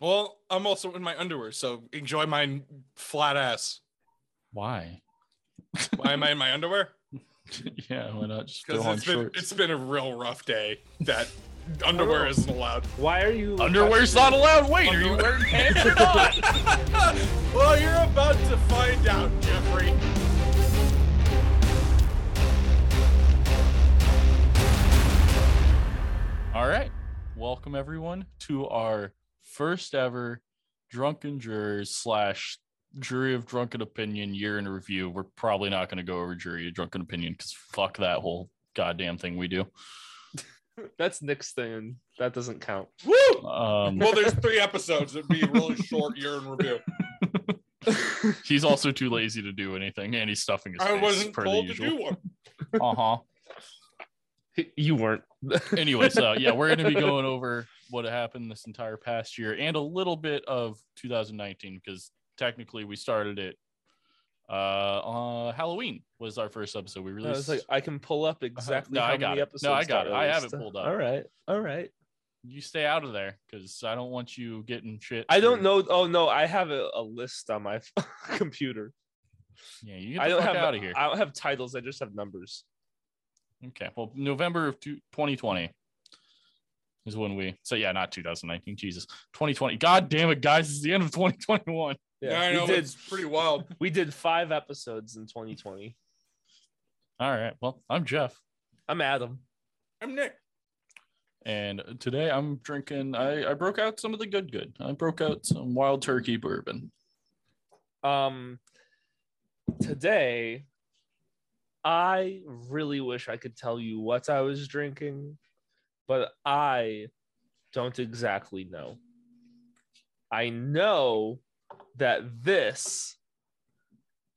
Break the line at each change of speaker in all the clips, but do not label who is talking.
Well, I'm also in my underwear, so enjoy my flat ass.
Why?
Why am I in my underwear?
yeah, why not just throw
Because
on
it's been
shorts?
it's been a real rough day. That underwear isn't allowed.
Why are you
Underwear's not allowed. Wait, are you
Underwear-
wearing pants or not?
well, you're about to find out, Jeffrey.
All right. Welcome everyone to our first ever drunken jurors slash jury of drunken opinion year in review. We're probably not going to go over jury of drunken opinion because fuck that whole goddamn thing we do.
That's Nick's thing. That doesn't count.
Woo!
Um,
Well, there's three episodes. It'd be a really short year in review.
he's also too lazy to do anything, and he's stuffing his
I
face.
wasn't
per the
told to
usual.
do one.
Uh huh.
You weren't.
anyway, so yeah, we're going to be going over what happened this entire past year and a little bit of 2019 because technically we started it uh, uh Halloween was our first episode. We
I was
released.
like, I can pull up exactly
No,
how
I got
many
it.
episodes.
No, I got
that
it. I have
released.
it pulled up.
All right. All right.
you stay out of there because I don't want you getting shit.
I don't
for-
know. Oh no, I have a, a list on my computer.
Yeah, you get the
I don't
fuck
have
out of here.
I don't have titles. I just have numbers.
Okay. Well, November of two- 2020 is when we. So yeah, not 2019. Jesus, 2020. God damn it, guys! It's the end of 2021.
Yeah,
Yeah,
I know
we did.
it's pretty wild.
We did five episodes in 2020.
All right. Well, I'm Jeff.
I'm Adam.
I'm Nick.
And today I'm drinking. I, I broke out some of the good good. I broke out some wild turkey bourbon.
Um, today, I really wish I could tell you what I was drinking, but I don't exactly know. I know that this,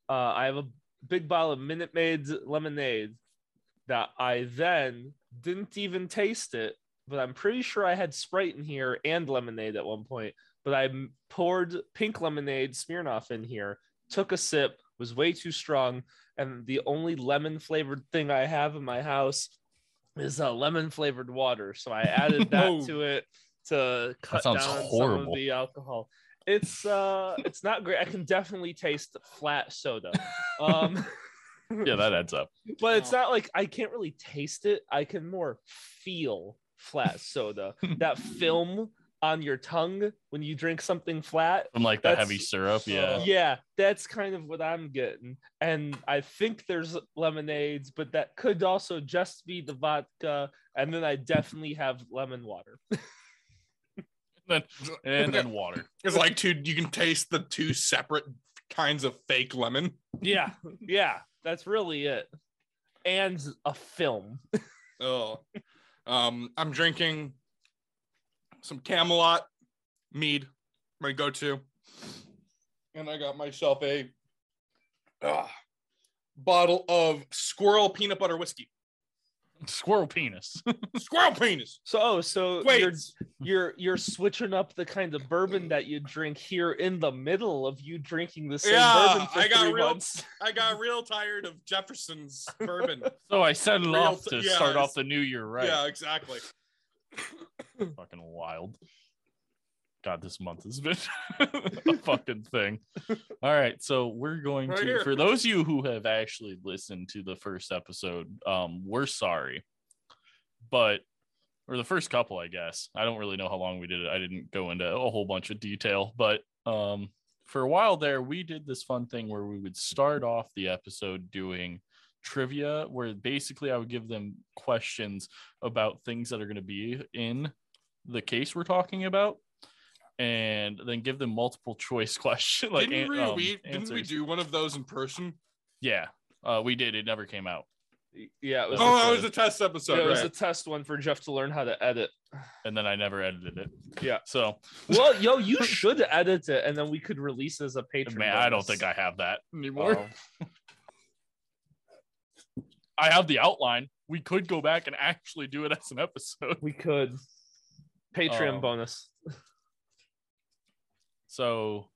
uh, I have a big bottle of Minute Maid's lemonade that I then didn't even taste it, but I'm pretty sure I had Sprite in here and lemonade at one point. But I m- poured pink lemonade Smirnoff in here, took a sip, was way too strong, and the only lemon flavored thing I have in my house is uh, lemon flavored water. So I added
Oh.
that to it to cut down
sounds
on some
horrible.
of the alcohol. It's uh, it's not great. I can definitely taste flat soda. Um,
Yeah, that adds up.
but it's
No.
not like I can't really taste it. I can more feel flat soda. that film on your tongue when you drink something flat.
From like the
That's-
heavy syrup. Yeah.
Yeah, that's kind of what I'm getting. And I think there's lemonades, but that could also just be the vodka. And then I definitely have lemon water.
And then water.
It's like two. You can taste the two separate kinds of fake lemon.
Yeah, yeah, that's really it. And a film.
Oh, um, I'm drinking some Camelot mead, my go-to, and I got myself a ah, bottle of Squirrel peanut butter whiskey.
Squirrel penis.
Squirrel penis.
So, oh, so
Wait,
you're you're you're switching up the kind of bourbon that you drink here in the middle of you drinking the same
Yeah,
bourbon for
I got
three
real-
months.
I got real tired of Jefferson's bourbon.
So I set it
Real
off
t-
to
yeah,
start
it's-
off the new year right.
Yeah, exactly.
Fucking wild. God, this month has been a fucking thing. All right. So we're going
Right
to
here.
for those of you who have actually listened to the first episode, um, we're sorry. But or the first couple, I guess. I don't really know how long we did it. I didn't go into a whole bunch of detail, but um for a while there, we did this fun thing where we would start off the episode doing trivia where basically I would give them questions about things that are going to be in the case we're talking about and then give them multiple choice question like
didn't, we,
an- um,
we, didn't we
answers.
do one of those in person?
yeah uh, we did it never came out
Yeah, it was,
Oh,
a,
that was a test episode.
yeah, it was a
right.
test one for Jeff to learn how to edit.
and then I never edited it
Yeah.
so
Well, yo, you should edit it, and then we could release it as a patron.
man I don't
bonus. Oh,
think I have that Um, anymore I have the outline we could go back and actually do it as an episode
we could Patreon
Um,
bonus.
so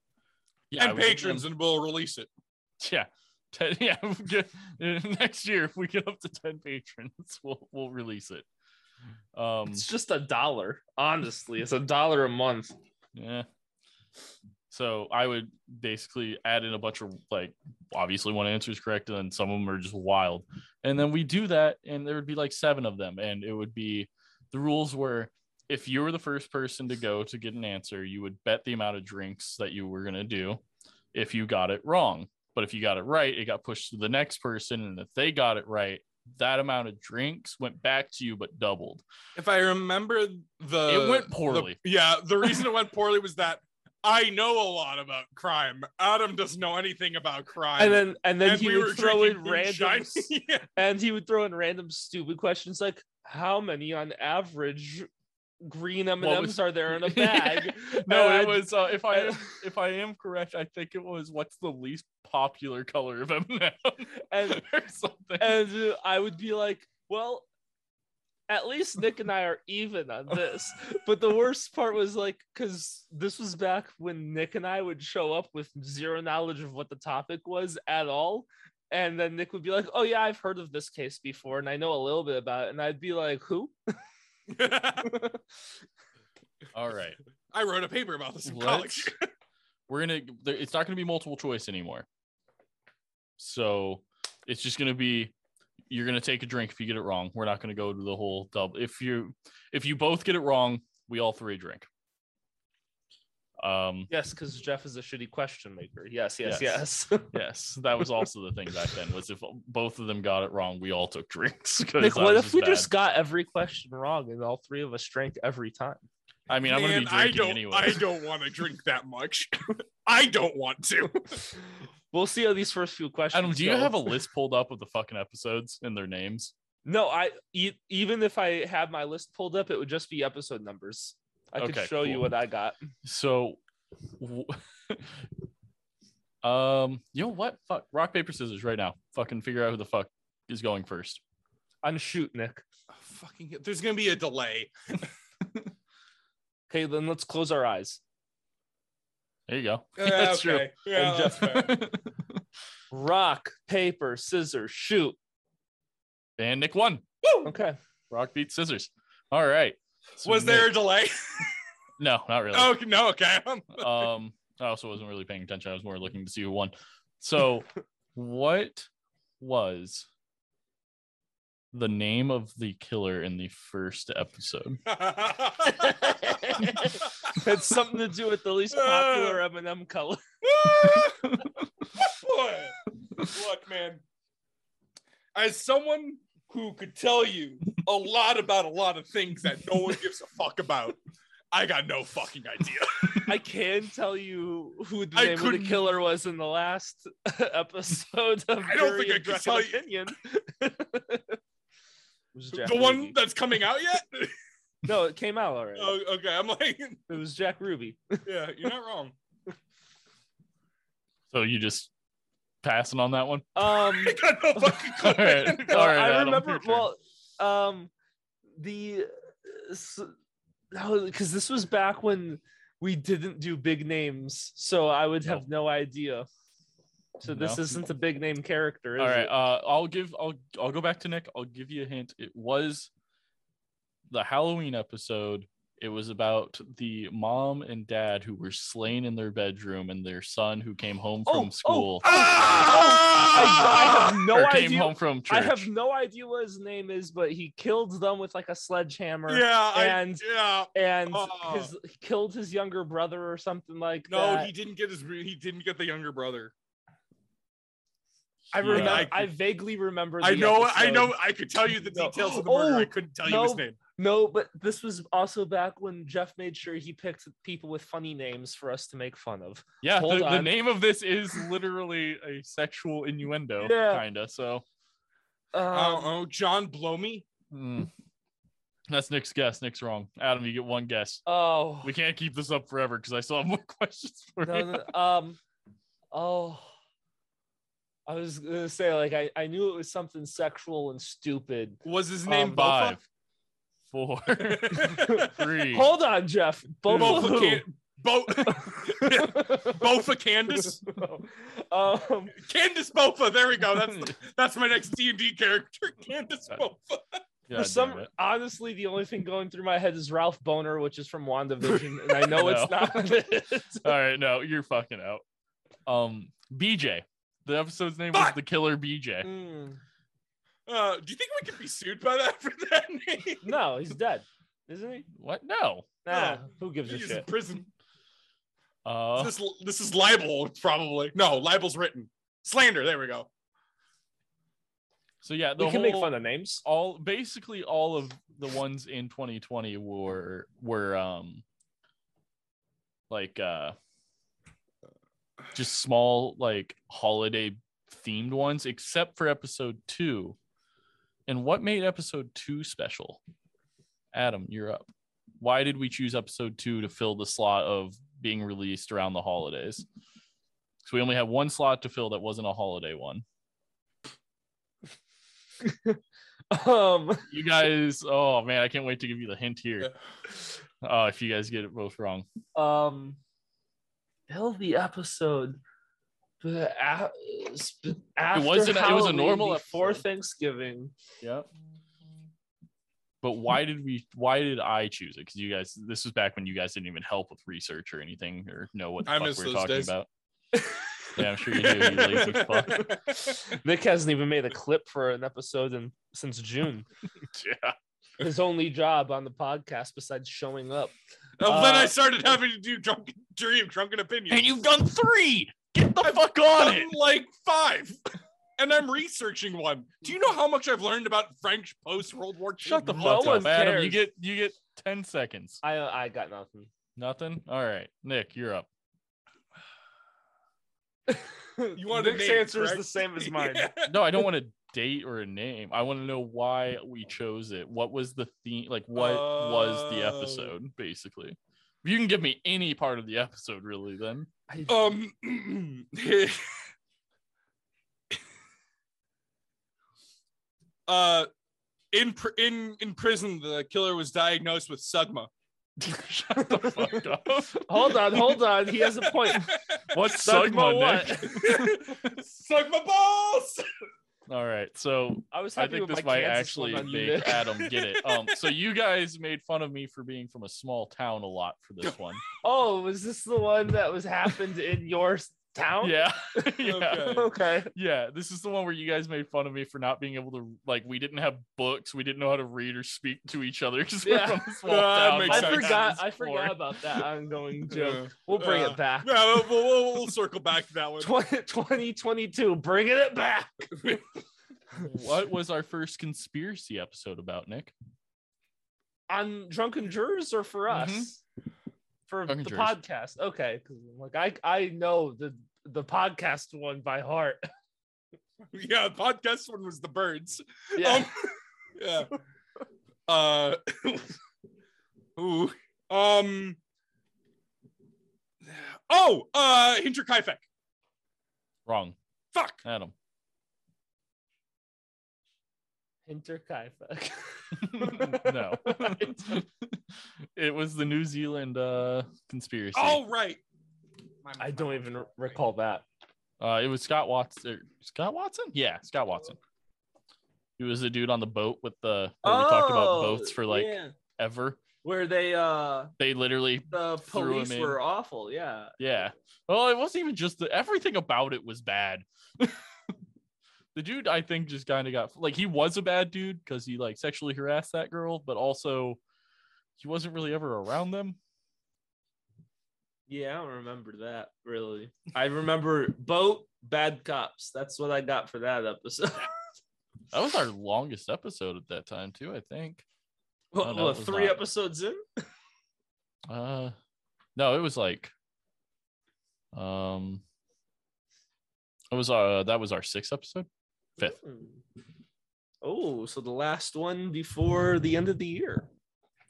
yeah
and
we could-
patrons, and we'll release it.
yeah Ten- yeah we get- next year if we get up to 10 patrons we'll we'll release it um
It's just a dollar. Honestly, it's a dollar a month.
yeah. So I would basically add in a bunch of like obviously one answer is correct, and then some of them are just wild. And then we do that, and there would be like seven of them, and it would be the rules were if you were the first person to go to get an answer, you would bet the amount of drinks that you were gonna do if you got it wrong. But if you got it right, it got pushed to the next person, and if they got it right, that amount of drinks went back to you but doubled.
If I remember the
it went poorly.
The, yeah, the reason it went poorly was that I know a lot about crime. Adam doesn't know anything about crime.
and then and then
And
he
we were
would throw in
drinking
random
moonshine.
s-
yeah.
and he would throw in random stupid questions like how many on average green M&Ms
was-
are there in a bag?
no,
And
it
I-
was uh, if I
and-
am, if I am correct, I think it was what's the least popular color of M&M
and
or something.
and uh, I would be like, well, at least Nick and I are even on this. But the worst part was like, because this was back when Nick and I would show up with zero knowledge of what the topic was at all. And then Nick would be like, oh, yeah, I've heard of this case before and I know a little bit about it. And I'd be like, who?
All right,
I wrote a paper about this in
let's,
college.
we're gonna. there- It's not gonna be multiple choice anymore. So it's just gonna be you're gonna take a drink if you get it wrong. We're not gonna go to the whole double. If you if you both get it wrong, we all three drink. Um.
Yes, because Jeff is a shitty question maker. Yes, yes, yes.
Yes. Yes, that was also the thing back then. Was if both of them got it wrong, we all took drinks. 'cause
Nick,
that
what
was
if we
bad.
just got every question wrong and all three of us drank every time?
I mean, I'm gonna be
Man, I
drinking
don't.
anyway.
I don't want to drink that much. I don't want to.
We'll see how these first few questions.
Adam, do you
go.
have a list pulled up of the fucking episodes and their names?
No, I e- even if I had my list pulled up, it would just be episode numbers. I
Okay,
could show you
cool.
what I got.
So, w- um, you know what? Fuck, rock paper scissors right now. Fucking figure out who the fuck is going first.
On shoot, Nick.
Oh, Fucking. There's gonna be a delay.
Okay, then let's close our eyes.
There you go.
Yeah,
That's true.
Uh, okay. Yeah,
And
that's fair.
Rock, paper, scissors, shoot.
and Nick won.
Okay.
Rock beat scissors. All right. So
Was
Nick-
there a delay?
No, not really.
Oh no. Okay.
um i also wasn't really paying attention i was more looking to see who won so what was the name of the killer in the first episode
It's something to do with the least popular M&M color.
Boy, look, man. As someone who could tell you a lot about a lot of things that no one gives a fuck about, I got no fucking idea.
I can tell you who the
I
name of the
couldn't-
killer was in the last episode of
I don't think
Jury
I
and
could
Drunken
tell you.
Opinion. It was Jack
the one
Ruby.
that's coming out yet?
No, it came out already.
oh, okay, I'm like,
It was Jack Ruby.
yeah, you're not wrong.
so you just passing on that one
Um
I got no fucking clue.
all right
man.
all
uh,
right
I
Adam,
remember
your turn.
well um the because this was back when we didn't do big names, so I would have no idea. So this
No.
isn't a big name character, is
all right
it?
uh i'll give i'll i'll go back to nick i'll give you a hint it was the halloween episode it was about the mom and dad who were slain in their bedroom and their son who came home
Oh,
from
oh,
school
I, I
Ah!
have
or
no
came
idea.
home from church.
I have no idea what his name is, but he killed them with like a sledgehammer.
Yeah, I,
And-
yeah.
And
Oh.
his he killed his younger brother or something like
No,
that.
he didn't get his. He didn't get the younger brother.
I
Yeah.
remember.
I-
I, vaguely remember.
I
the
know. I
episode.
know. I could tell you the
No.
details of the murder. I
Oh,
couldn't tell
no.
you his name.
No, but this was also back when Jeff made sure he picked people with funny names for us to make fun of.
Yeah,
Hold
the, the
on.
name of this is literally a sexual innuendo,
Yeah.
kinda. So
Oh,
Um,
oh, John Blomey.
mm. that's Nick's guess. Nick's wrong. Adam, you get one guess.
oh,
We can't keep this up forever because I still have more questions for
no,
you.
no, no, um, oh, I was gonna say like I, I knew it was something sexual and stupid.
Was his name
Um,
Bofa?
Five, four, three.
Hold on, Jeff. Both of
Bofa,
who?
Can- Bo- Bofa Candace.
um,
Uh,
Candace Bofa. There we go. That's that's my next D and D character. Candace Bofa.
God
For some,
damn it.
honestly, the only thing going through my head is Ralph Boner, which is from WandaVision, and I know it's
No.
not. it.
All right, no, you're fucking out. Um, BJ. The episode's name was
Fuck!
The Killer BJ.
Mm.
Uh, do you think we could be sued by that for that name?
No, he's dead, isn't he?
What? No.
Nah,
No.
who gives a
He's in
shit?
prison.
Uh,
This this is libel, probably. No, libel's written. Slander. There we go.
so yeah, the
We
whole,
can make fun of names.
all basically all of the ones in 2020 were were um like uh just small like holiday themed ones except for episode 2 and what made episode 2 special adam you're up why did we choose episode 2 to fill the slot of being released around the holidays so we only had one slot to fill that wasn't a holiday one
Um,
you guys oh man i can't wait to give you the hint here
Uh,
Oh, if you guys get it both wrong.
um, hell, the episode. But a- sp- after
wasn't a- it was a
Halloween,
normal
before
episode.
Thanksgiving.
Yep. But why did we? Why did I choose it? Because you guys, this was back when you guys didn't even help with research or anything, or know what the
I
fuck
miss
we were
those
talking
days.
about. yeah, I'm sure you do. You lazy fuck.
Vic hasn't even made a clip for an episode in, since June.
Yeah.
His only job on the podcast, besides showing up,
Uh, then
Uh,
I started having to do drunken dream, drunken opinion.
And you've done three. Get the fuck on it.
done like five. And I'm researching one. Do you know how much I've learned about French post World War II?
Shut the
No
fuck
one
up, Adam.
cares.
You get you get ten seconds.
I I got nothing.
Nothing. All right, Nick, you're up.
You wanted a
Vic's
name,
answer is
correct?
the same as mine.
Yeah.
No, I don't want a date or a name. I want to know why we chose it. What was the theme? Like, what was the
Oh.
episode, basically? If you can give me any part of the episode, really, then.
I-
Oh. Um. uh, in pr- in in prison, the killer was diagnosed with sugma.
Shut the fuck up.
hold on, hold on. He has a point.
What's
Sugma
Sugma,
what?
Nick?
sugma balls.
All right. So
I was
I
happy
think
with
this
my
might
Kansas
actually
one on
make
you, Nick.
Adam get it. Um, so you guys made fun of me for being from a small town a lot for this one.
Oh, was this the one that was happened in your town?
Yeah. yeah.
Okay.
Okay.
Yeah, this is the one where you guys made fun of me for not being able to like we didn't have books, we didn't know how to read or speak to each other because we're
Yeah.
from a small
That
town.
makes
that
I
sense.
has
forgot.
this
I
floor.
forgot about that ongoing joke. We'll bring
Uh,
it back.
Yeah, we'll, we'll, we'll circle back to that one.
20, 2022, bringing it back.
What was our first conspiracy episode about, Nick?
on drunken jurors or for us for
Drunken
the
Jurors.
podcast okay 'cause I'm like i i know the the podcast one by heart
Yeah, the podcast one was the birds.
yeah
Um, yeah. Uh, ooh. Um. Oh, uh, Hinter Kaifek.
Wrong,
Fuck.
Adam.
hinter kaifa
no, it was the New Zealand uh, conspiracy.
Oh, right. My-
i
my-
don't even recall that
uh, it was Scott Watson. Scott Watson? Yeah, Scott Watson. He was the dude on the boat with the where we talked about
Oh,
boats for like ever.
where they uh
They literally
the
Threw 'em police in. were
awful yeah
Yeah. Well, it wasn't even just the everything about it was bad. the dude, I think, just kind of got like he was a bad dude because he like sexually harassed that girl, but also he wasn't really ever around them.
yeah i don't remember that really i remember boat bad cops that's what i got for that episode
That was our longest episode at that time too. I think.
well,
no, it Oh, was
three
not.
episodes in
Uh, no, it was like, um, it was uh that was our sixth episode. Fifth.
Hmm. Oh, so the last one before the end of the year.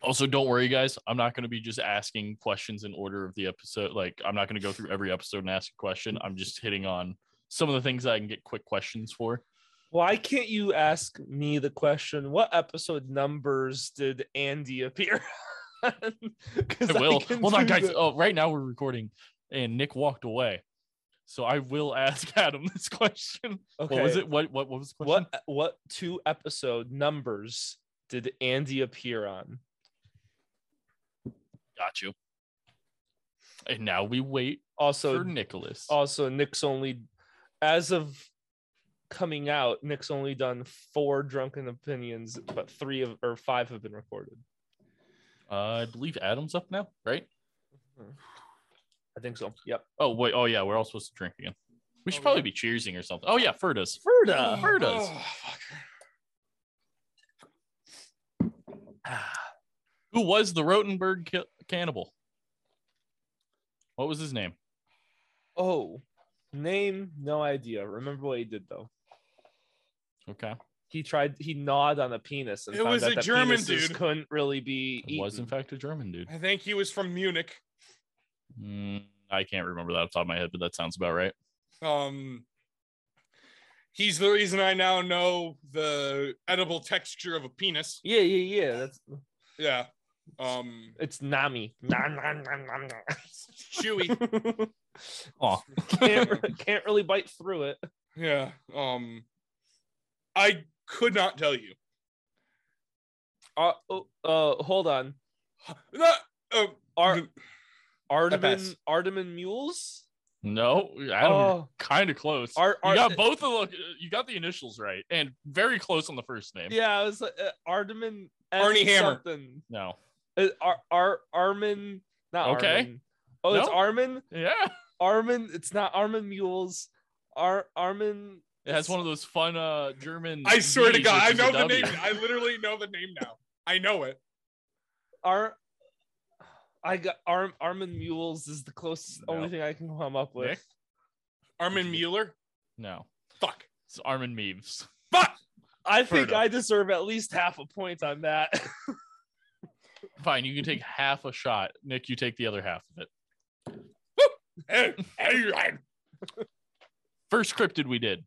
Also, don't worry, guys. I'm not going to be just asking questions in order of the episode. Like, I'm not going to go through every episode and ask a question. I'm just hitting on some of the things I can get quick questions for.
Why can't you ask me the question? What episode numbers did Andy appear? Because
I will. Hold on, guys. Oh, right now we're recording, and Nick walked away, so I will ask Adam this question.
Okay.
What was it? What what, what was the question?
What what two episode numbers did Andy appear on?
Got you. And now we wait
Also,
for Nicholas.
also Nick's only as of coming out, Nick's only done four drunken opinions, but three of or five have been recorded.
Uh, I believe Adam's up now, right?
I think so. Yep.
Oh wait, oh yeah, we're all supposed to drink again. We should
Oh,
probably
yeah.
be cheersing or something. Oh yeah, Ferdas.
Ferda.
Heard us.
Oh, fucker.
Who was the Rotenberg ki- cannibal? What was his name?
Oh, name? No idea. Remember what he did though.
Okay,
He tried. He gnawed on a penis, and
It
found
was
out
a
that
German
penises
dude.
Couldn't really be.
it was in
eaten.
fact a German dude.
I think he was from Munich.
Mm, I can't remember that off the top of my head, but that sounds about right.
Um, he's the reason I now know the edible texture of a penis.
Yeah, yeah, yeah. That's
Yeah. Um,
it's Nami. Nom, nom, nom, nom, nom.
chewy.
Oh,
can't, re- can't really bite through it.
Yeah. Um, I could not tell you.
Uh, oh, uh, hold on.
No, uh,
Ar- Artemin
pass.
Artemin mules.
no, Adam,
Oh,
kind of close.
Ar- Ar-
you got both of the you got the initials right, and very close on the first name.
yeah, I was like, uh, Artemin S
Arnie Hammer.
Something.
No,
Uh, Ar Ar Armin. Not
Okay.
Armin. Oh, it's
No.
Armin.
yeah,
Armin. It's not Armin mules. Ar Armin.
it has one of those fun uh German.
I swear to
Vs,
God, I
which is a
know the
W.
name. I literally know the name now. I know it.
Ar. I got Arm Armin mules is the closest
No.
only thing I can come up with.
Nick?
Armin Mueller.
No,
Fuck.
it's Armin Meves.
Fuck.
I think
Ferda.
I deserve at least half a point on that.
Fine, you can take half a shot. Nick, you take the other half of it.
Eh, eh,
First cryptid we did.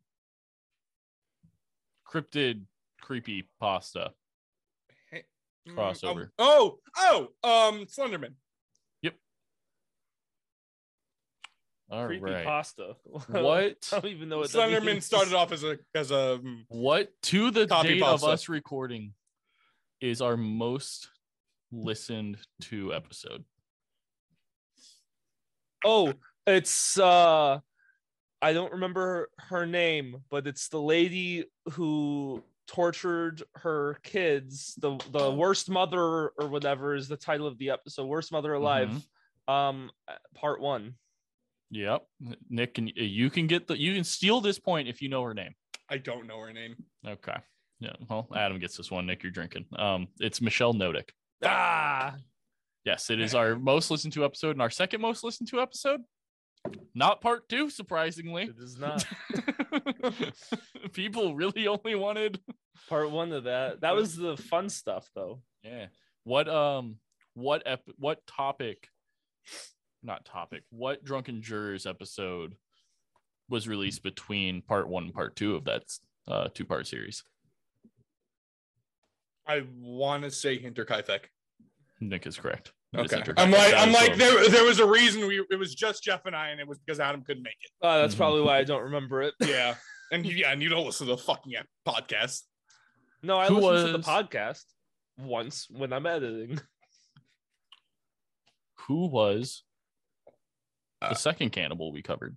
Cryptid creepy pasta. Crossover.
Um, oh, oh, um, Slenderman.
All right.
Creepy pasta.
What
I don't even know what that
Slenderman
means.
started off as a as a mm,
what to the
Copy
date
pasta.
of us recording is our most listened to episode.
Oh, it's uh I don't remember her name, but it's the lady who tortured her kids. The the
Oh.
worst mother or whatever is the title of the episode. Worst mother alive.
Mm-hmm.
Um part 1.
Yep. Nick can you can get the you can steal this point if you know her name.
I don't know her name.
Okay. Yeah. Well, Adam gets this one. Nick, you're drinking. Um, it's Michelle Nodick.
Ah,
Yes, it is our most listened to episode and our second most listened to episode. Not part two, surprisingly.
it is not
People really only wanted.
part 1 of that. That was the fun stuff though.
Yeah. What um what ep- what topic not topic. What drunken jurors episode was released between part 1 and part 2 of that uh two-part series?
I want to say Hinter Kaifek.
Nick is correct. It is
Okay.
Enter
I'm
Kaifek.
like,
That
I'm
is
like,
wrong.
there, there was a reason we. It was just Jeff and I, and it was because Adam couldn't make it.
Uh, that's
Mhm.
probably why I don't remember it.
Yeah, and you- yeah, and you don't listen to the fucking podcast.
No, I
Who
listened to the
was-
podcast once when I'm editing.
who was
Uh,
the second cannibal we covered?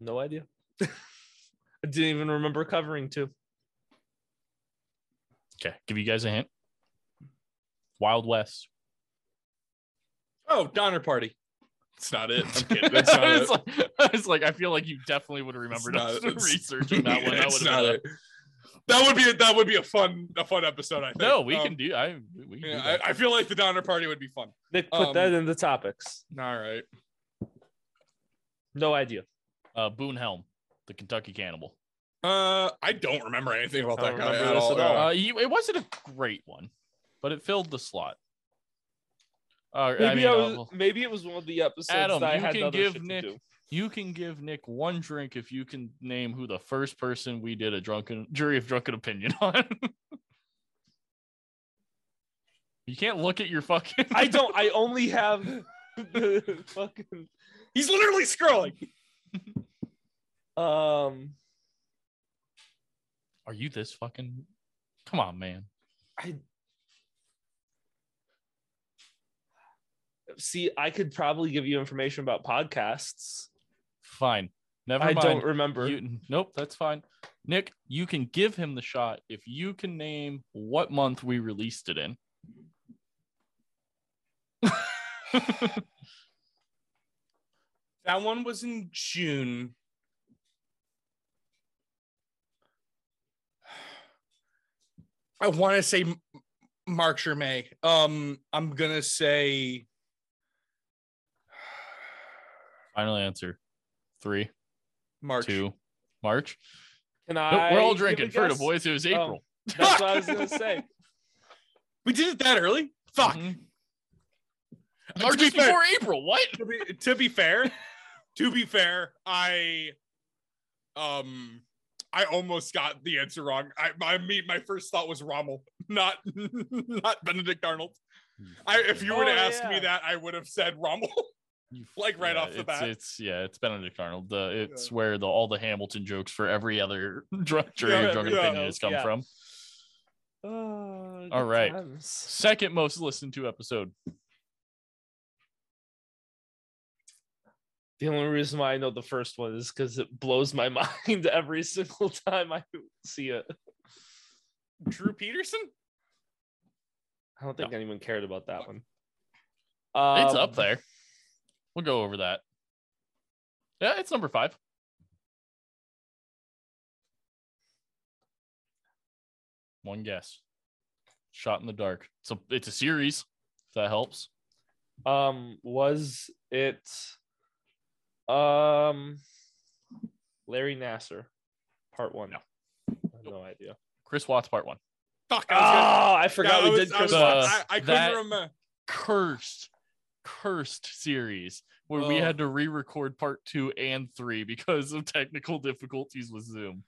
No idea. I didn't even remember covering two.
Okay, give you guys a hint. Wild West.
Oh, Donner Party. It's not it. I'm kidding. That's not
I,
it.
was like, I was like, I feel like you definitely would have
It's
remembered
not
us
it. It's-
researching that one. That
it's
would
not
have
it. That would be a, that would be a fun a fun episode. I think.
No, we
Um,
can do. I we can do
Yeah,
that.
I, I feel like the Donner Party would be fun.
Nick, put
Um,
that in the topics.
All right.
No idea.
uh, Boone Helm, the Kentucky Cannibal.
Uh, I don't remember anything about
I
that
don't
guy
remember
at
this
all.
at all.
yeah.
Uh, you, it wasn't a great one, but it filled the slot. Uh,
Maybe I,
I mean, uh,
was.
well,
maybe it was one of the episodes
Adam,
that I
you
had
can
other
give
shit to
Nick-
do.
you can give Nick one drink if you can name who the first person we did a drunken jury of drunken opinion on. you can't look at your fucking.
I don't. I only have the fucking.
He's literally scrolling.
Um.
Are you this fucking Come on, man.
I see. I could probably give you information about podcasts.
Fine. Never
I
mind.
don't remember.
You- nope, that's fine. Nick, you can give him the shot if you can name what month we released it in.
That one was in June. I want to say M- March or May. Um, I'm gonna say
Final answer. Three,
March.
two, March.
Can
Nope,
I?
we're all
give a
drinking Fruit of
guess?
Boys. It was
Oh,
April.
that's what I was gonna say.
We did it that early. Fuck.
Mhm.
To
Or
be
just
fair-
before April. What?
to be to be fair, to be fair, I um I almost got the answer wrong. I my me my first thought was Rommel, not not Benedict Arnold. I if you would
Oh,
have asked
yeah.
me that, I would have said Rommel.
You-
like, right off the
it's,
bat.
It's yeah, it's Benedict Arnold. The it's where the all the Hamilton jokes for every other drunk jury
Yeah,
or drunken
yeah.
opinion has come
Yeah.
from.
Oh,
All
good
right.
times.
Second most listened to episode.
The only reason why I know the first one is because it blows my mind every single time I see it.
Drew Peterson?
I don't think anyone cared about that one.
It's
Um,
up there. We'll go over that. Yeah, it's number five. One guess. Shot in the dark. It's a it's a series. If that helps.
Um, was it um Larry Nasser, part one?
No.
I have no idea.
Chris Watts part one.
Fuck,
Oh,
Ah,
I was
I
gonna-
forgot
I
we
was-
did
I was-
Chris
Christmas.
I, I couldn't
That-
remember.
Cursed, cursed series where we
Oh.
had to re-record part two and three because of technical difficulties with Zoom.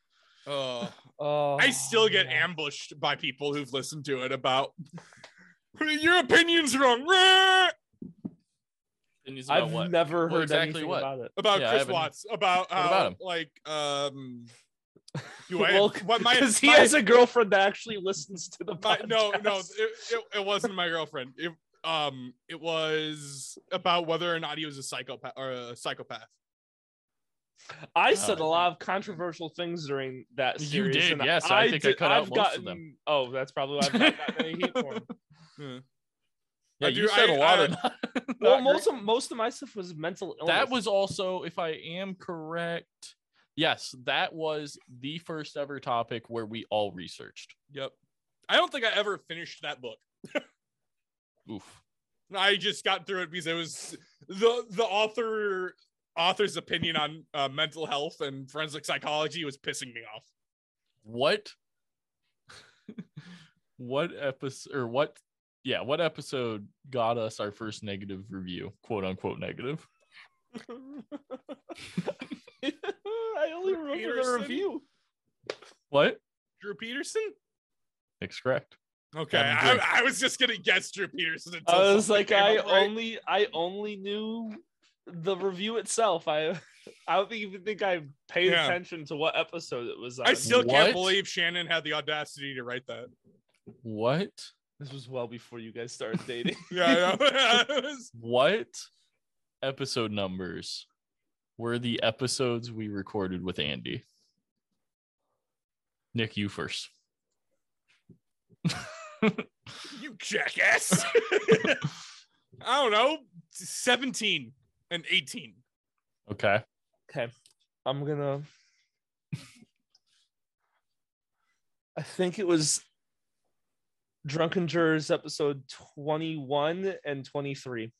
Oh,
Oh,
I still get
yeah.
ambushed by people who've listened to it about your opinion's wrong. Rah!
Opinions about
I've
what?
never
What
heard
exactly
anything
what?
about it.
About
Yeah, I
Chris
haven't-
Watts, about how
about him?
like um do I
Well,
what my,
Because he
my-
has a girlfriend that actually listens to the
my-
podcast.
no no it, it, it wasn't my girlfriend. It um it was about whether or not he was a psychopath or a psychopath.
I said
Uh,
a lot of controversial things during that
You
series.
did,
and
yes. I think I cut out most of them.
gotten- Oh, that's probably why I've not gotten any heat for 'em.
Yeah,
I
you
do-
said a
I-
lot
I-
of
Well,
Not
most of most of my stuff was mental illness.
that was also if i am correct yes that was the first ever topic where we all researched
Yep. I don't think I ever finished that book.
oof
I just got through it because it was the the author author's opinion on uh, mental health and forensic psychology was pissing me off.
what what episode or what yeah what episode got us our first negative review quote unquote negative
I only remember
Peterson?
the review.
what
Drew Peterson?
Nick's correct
Okay,
Adam
I,
Drew.
I was just gonna guess Drew Peterson. Until
I was
something
like,
came
I
up right.
only I only knew the review itself. I I don't even think I paid
Yeah.
attention to what episode it was on.
I still can't
What?
believe Shannon had the audacity to write that.
what
this was well before you guys started dating.
Yeah, I know. It was-
what episode numbers were the episodes we recorded with andy nick you first
you jackass. I don't know, seventeen and eighteen.
okay
okay, I'm gonna. I think it was Drunken Jurors episode 21 and 23.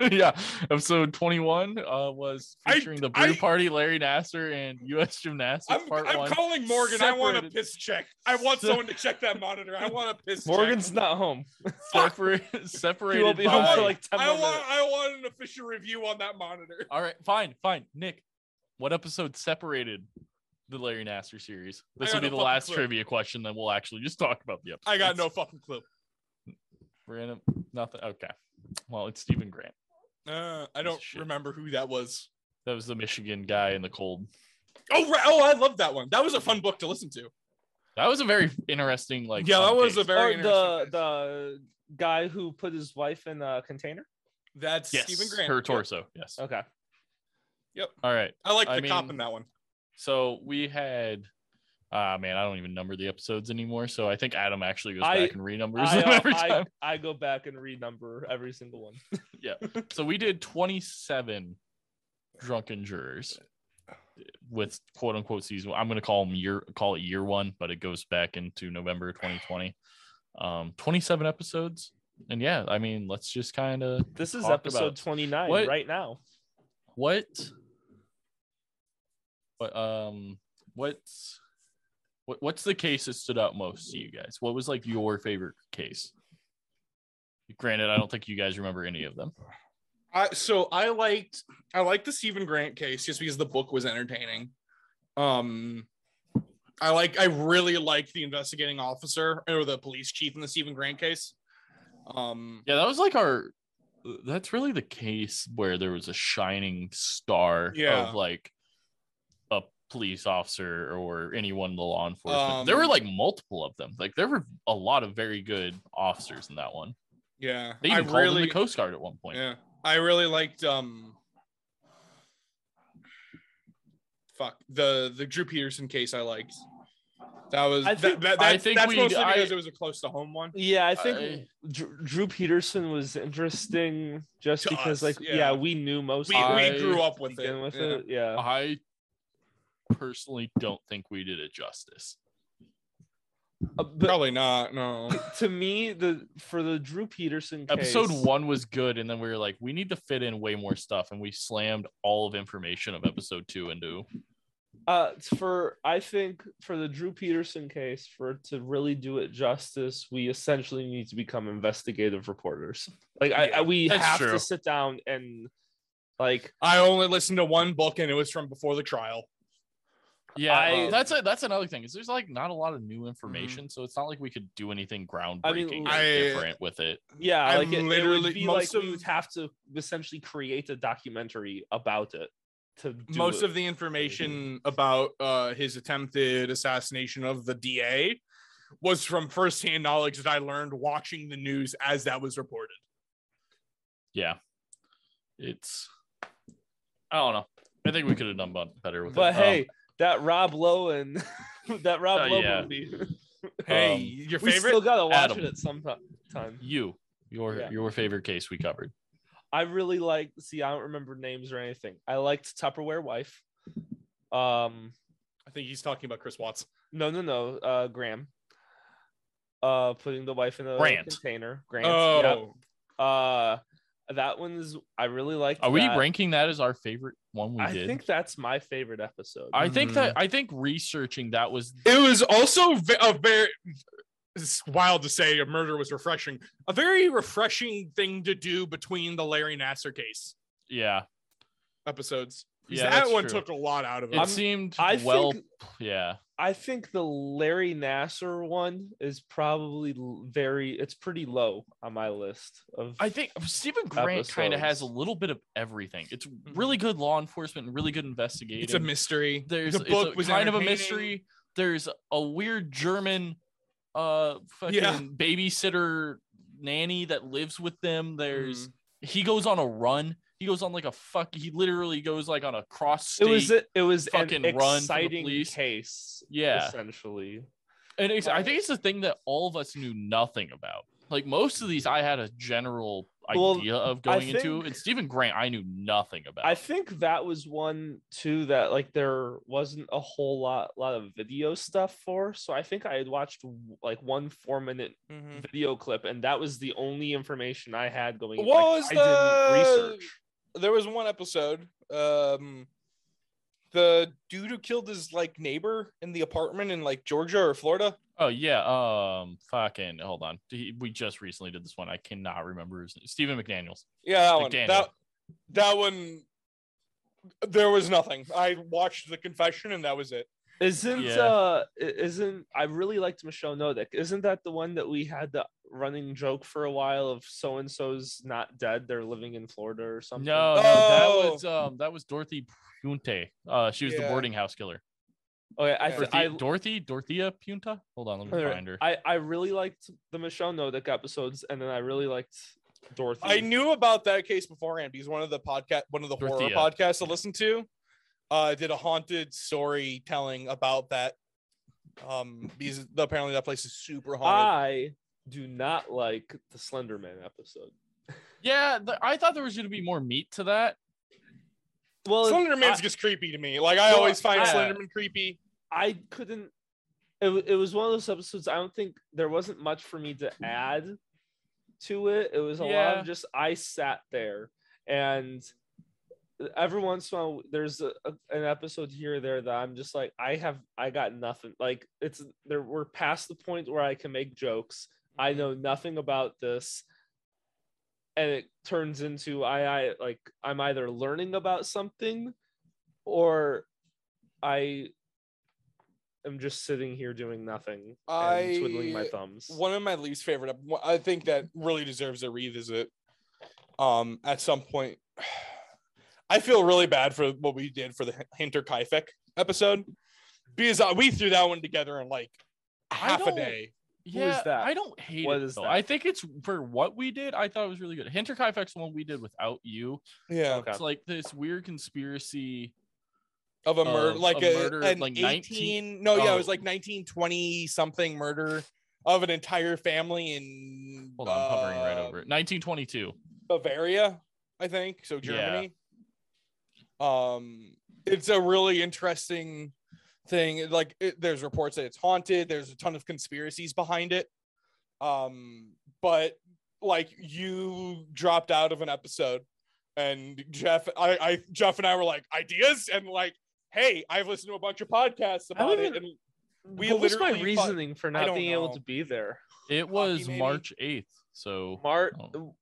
yeah, episode 21 uh, was
I-
featuring the Brew
I-
Party, Larry Nasser, and U.S. Gymnastics
I'm,
Part
I'm
One.
calling Morgan. I want a
separated-
piss check. I want
Se-
someone to check that monitor. I want a piss
Morgan's not home.
Separate, separated.
He won't be
by...
home
Why?
for like
check.
10
I
more
want
minutes.
I want an official review on that monitor.
All right, fine, fine. Nick, what episode separated the Larry Nasser series? This
got
will be
no
the
fucking
last
clue.
trivia question. Then we'll actually just talk about the episode.
I got no fucking clue.
random nothing. Okay, well, it's Stephen Grant.
Uh, I don't
Shit.
remember who that was.
That was the Michigan guy in the cold.
Oh right. Oh, I love that one. That was a fun book to listen to.
That was a very interesting, like,
yeah, that
um,
was a
case.
very
or Oh, the
interesting.
the guy who put his wife in a container.
That's
yes,
Stephen Grant.
her
Yep.
torso. Yes.
Okay.
All right.
I like the
I
cop
mean-
in that one.
So we had, ah man, I don't even number the episodes anymore. So I think Adam actually goes
I-
back and renumbers
I,
them
uh,
every
I-
time.
I go back and renumber every single one.
So we did 27 drunken jurors with quote unquote season. I'm going to call them year, call it year one, but it goes back into November 2020. Um, 27 episodes. And yeah, I mean, let's just kind of
This is
Talk
episode
about-
29
What-
right now.
what, what, um, what's, what, what's the case that stood out most to you guys? What was like your favorite case? Granted, I don't think you guys remember any of them.
I, so I liked I liked the Stephen Grant case just because the book was entertaining. Um, I like I really liked the investigating officer or the police chief in the Stephen Grant case. Um,
Yeah, that was like our. That's really the case where there was a shining star
Yeah.
of like a police officer or anyone in the law enforcement. there
Um,
were like multiple of them. Like there were a lot of very good officers in that one.
yeah,
They
I
even called in
really
the Coast Guard at one point.
yeah I really liked um. Fuck the the Drew Peterson case I liked. That was
I
that-
think-
that,
I
that's-
think
that's
we-
mostly
I-
because it was a close to home one.
Yeah, I think
I-
Dr- Drew Peterson was interesting just
To us,
because, like,
yeah.
yeah. we knew most
We,
of
I-
we
it
grew
to
up with
begin
it.
with
yeah. Uh,
it. Yeah.
I personally don't think we did it justice.
Uh, but
Probably not. No.
to me, the for the Drew Peterson case,
Episode one was good, and then we were like, we need to fit in way more stuff, and we slammed all of information of episode two into
uh for i think for the drew peterson case for to really do it justice we essentially need to become investigative reporters like I, I we
that's
have
true.
to sit down and like
I only listened to one book and it was from before the trial.
Yeah,
I-
that's a, that's another thing. Is there's like not a lot of new information, so it's not like we could do anything groundbreaking
Mm-hmm. I mean,
and
I-
different with it.
yeah
I'm
like it- it,
literally-
would be like
most
we
of-
would have to essentially create a documentary about it to do
Most
it.
of the information about uh, his attempted assassination of the DA was from firsthand knowledge that I learned watching the news as that was reported.
Yeah, it's I don't know. I think we could have done bu- better with
but
Oh.
it. Um,
hey that rob lowen that rob
Oh,
lowe
yeah.
movie
Hey,
Um,
your
we
favorite?
still gotta watch
Adam.
it at some ti- time
you your
Yeah.
your favorite case we covered.
I really liked. See, I don't remember names or anything. I liked Tupperware Wife. Um,
I think he's talking about Chris Watts.
no, no, no. Uh, Graham. Uh, putting the wife in a
Grant.
container. Grant. yep.
Oh,
Uh, that one's I really liked.
Are we
that.
ranking that as our favorite one we
I
did?
think that's my favorite episode.
I think that I think researching that was
it was also ve- a very. It's wild to say a murder was refreshing. A very refreshing thing to do between the Larry Nasser case
yeah.
episodes. 'Cause
Yeah,
that
that's
one
true.
took a lot out of
It
it.
seemed
I
well
think-
yeah.
I think the Larry Nasser one is probably l- very. It's pretty low on my list of.
I think Stephen Grant kind of has a
Episodes.
little bit of everything. It's really good law enforcement and really good investigating.
Mm-hmm. It's a mystery.
there's
the
it's
book
a,
was
kind of a
entertaining.
mystery. There's a weird German uh fucking
Yeah.
babysitter nanny that lives with them. There's
Mm-hmm.
he goes on a run. He goes on like a fuck he literally goes like on a cross
It
state.
was a- it was
fucking
an
run for the
exciting
police.
case.
yeah.
essentially.
And it's, I think it's the thing that all of us knew nothing about. Like most of these I had a general
Well,
idea of going into
think-
and Stephen Grant I knew nothing about.
I think that was one too that like there wasn't a whole lot lot of video stuff for. So I think I had watched like one four minute
Mm-hmm. Hmm.
video clip, and that was the only information I had going. in.
What
Like,
was
I
the-
didn't research?
There was one episode. Um, the dude who killed his like neighbor in the apartment in like Georgia or Florida.
Oh yeah, um, fucking hold on. He, we just recently did this one. I cannot remember his name. Stephen McDaniel's.
Yeah, that one.
McDaniel.
That that one. There was nothing. I watched the confession and that was it.
Isn't
Yeah.
uh i- isn't I really liked Michelle Nodick. Isn't that the one that we had the running joke for a while of so and so's not dead, they're living in Florida or something?
No, no,
Oh.
that was um that was Dorothy Punte. Uh she was
Yeah.
the boarding house killer.
Oh, Okay,
Yeah.
I, th-
Dorothy,
I
Dorothy Dorothea Punta? Hold on, let me
Alright,
find her.
I, I really liked the Michelle Nodick episodes, and then I really liked Dorothy.
I
Hmm.
knew about that case beforehand because one of the podcast, one of the
Dorothea.
horror podcasts I listened to, uh, did a haunted storytelling about that. Um, because apparently that place is super haunted.
I do not like the Slender Man episode.
yeah, th- I thought there was gonna be more meat to that.
Well, it-
Slenderman's
I,
just creepy to me. Like I
Well,
always find
I-
Slenderman creepy.
I couldn't. It, wa- it was one of those episodes. I don't think there wasn't much for me to add to it. It was a lot
Yeah.
of just I sat there, and every once in a while, there's a, a- an episode here or there that I'm just like, I have, I got nothing. Like it's there. We're past the point where I can make jokes. I know nothing about this. And it turns into I, I like I'm either learning about something or I am just sitting here doing nothing and twiddling my
I-
thumbs.
One of my least favorite. ep- one- I think that really deserves a revisit. Um, at some point, I feel really bad for what we did for the H- Hinter Kaifek episode because uh, we threw that one together in like half a
don't-
day.
Who
yeah,
is that?
I don't hate
What
it.
is
though.
that?
I think it's for what we did. I thought it was really good. Hinter Kaifek's the one we did without you.
Yeah,
Okay.
It's like this weird conspiracy.
of a murder,
Of
like
a
a,
murder of,
an
like,
18
19
no, yeah, it
oh.
was like 1920 something murder of an entire family in
Hold on, I'm hovering right
uh,
over it. 1922.
Bavaria, I think. So
Yeah.
Germany. Um, it's a really interesting thing. Like, it, there's reports that it's haunted. There's a ton of conspiracies behind it. Um, but like you dropped out of an episode, and Jeff, I, I, Jeff and I were like ideas, and like, hey, I've listened to a bunch of podcasts
I don't
about it,
even-
and we
what was my
literally thought-
reasoning for not
don't
being
know.
able to be there?
It was
maybe?
March 8th. So
Mart,
Oh.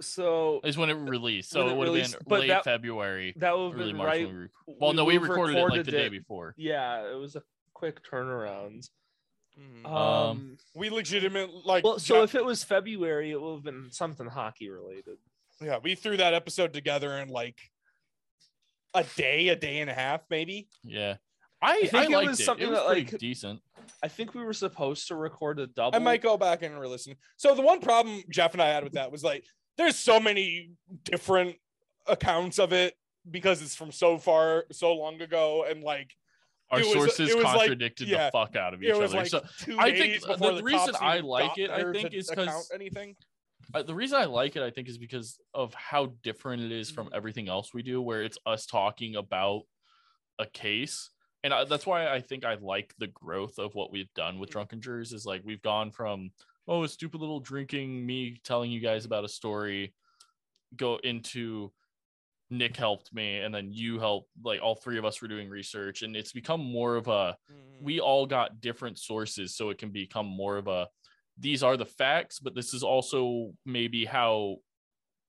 so
is when it released. So
When it
it would have
released,
been
but
late
that-
February,
that would have
early
been
March.
right.
when we rec- well, no, we
would've
recorded, it like the
recorded
day
it.
before.
Yeah, it was a quick turnaround.
Mm.
Um,
Um,
we legitimate like
well, so
Jeff-
if it was February, it would have been something hockey related.
Yeah, we threw that episode together in like a day, a day and a half, maybe.
Yeah. I,
think
I
it
liked
was
it.
something
it was
that,
pretty
like-
decent.
I think we were supposed to record a double.
I might go back and re-listen. So the one problem Jeff and I had with that was like, there's so many different accounts of it because it's from so far, so long ago, and like
Our
it was-
sources
it was, like-
contradicted
yeah,
the fuck out of each
it
other.
was like
so
two
I
days
think the
before the,
reason
cops
I
even
like
got
it, I
there
think,
to
is 'cause-
account anything.
Uh, the reason I like it, I think, is because of how different it is from
Mhm.
everything else we do, where it's us talking about a case. And I, that's why I think I like the growth of what we've done with
Mhm.
Drunken Jurors is like we've gone from, oh, a stupid little drinking, me telling you guys about a story, go into Nick helped me, and then you helped, like all three of us were doing research. And it's become more of a, we all got different sources so it can become more of a these are the facts but this is also maybe how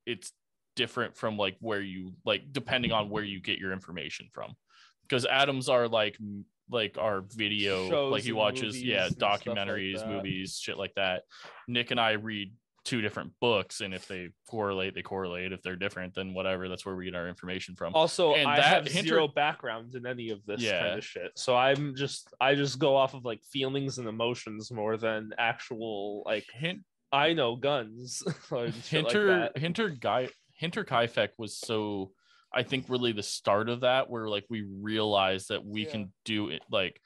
it's different from like where you like depending on where you get your information from because atoms are like m- like our video
Shows
like he
and
watches
movies
yeah
and stuff like
documentaries
that.
movies shit like that nick and i read two different books and if they correlate they correlate if they're different then whatever that's where we get our information from
Also,
And
I
that
have
hinter-
zero background in any of this
Yeah.
kind of shit, so I'm just I just go off of like feelings and emotions more than actual like
hint
I know guns. and shit like
Hinter
that.
Hinter Guy Hinter Kaifek was so I think really the start of that where like we realized that we
Yeah.
can do it like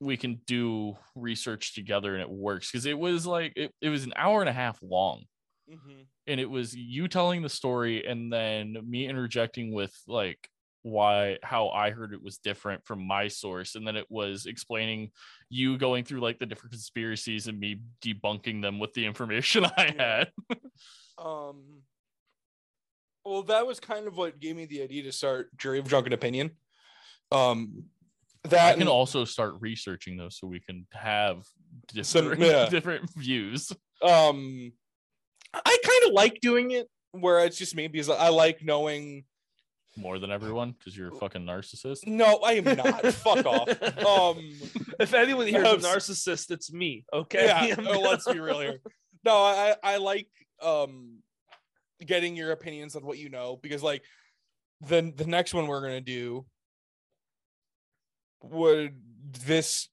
we can do research together and it works because it was like it, it was an hour and a half long
Mhm.
and it was you telling the story and then me interjecting with like why how I heard it was different from my source and then it was explaining you going through like the different conspiracies and me debunking them with the information I
Yeah.
had.
Um, well, that was kind of what gave me the idea to start Jury of Drunken Opinion. Um,
I
that
can
and-
also start researching those so we can have
Some-
different,
yeah.
different views.
um i kind of like doing it where it's just me because i like knowing
more than everyone because you're a fucking narcissist.
No, I am not. Fuck off. Um,
if anyone here is a
I'm s-
narcissist, it's me. Okay.
yeah. Oh, no, let's be real here. No, I I like um getting your opinions on what you know because like the the next one we're gonna do would this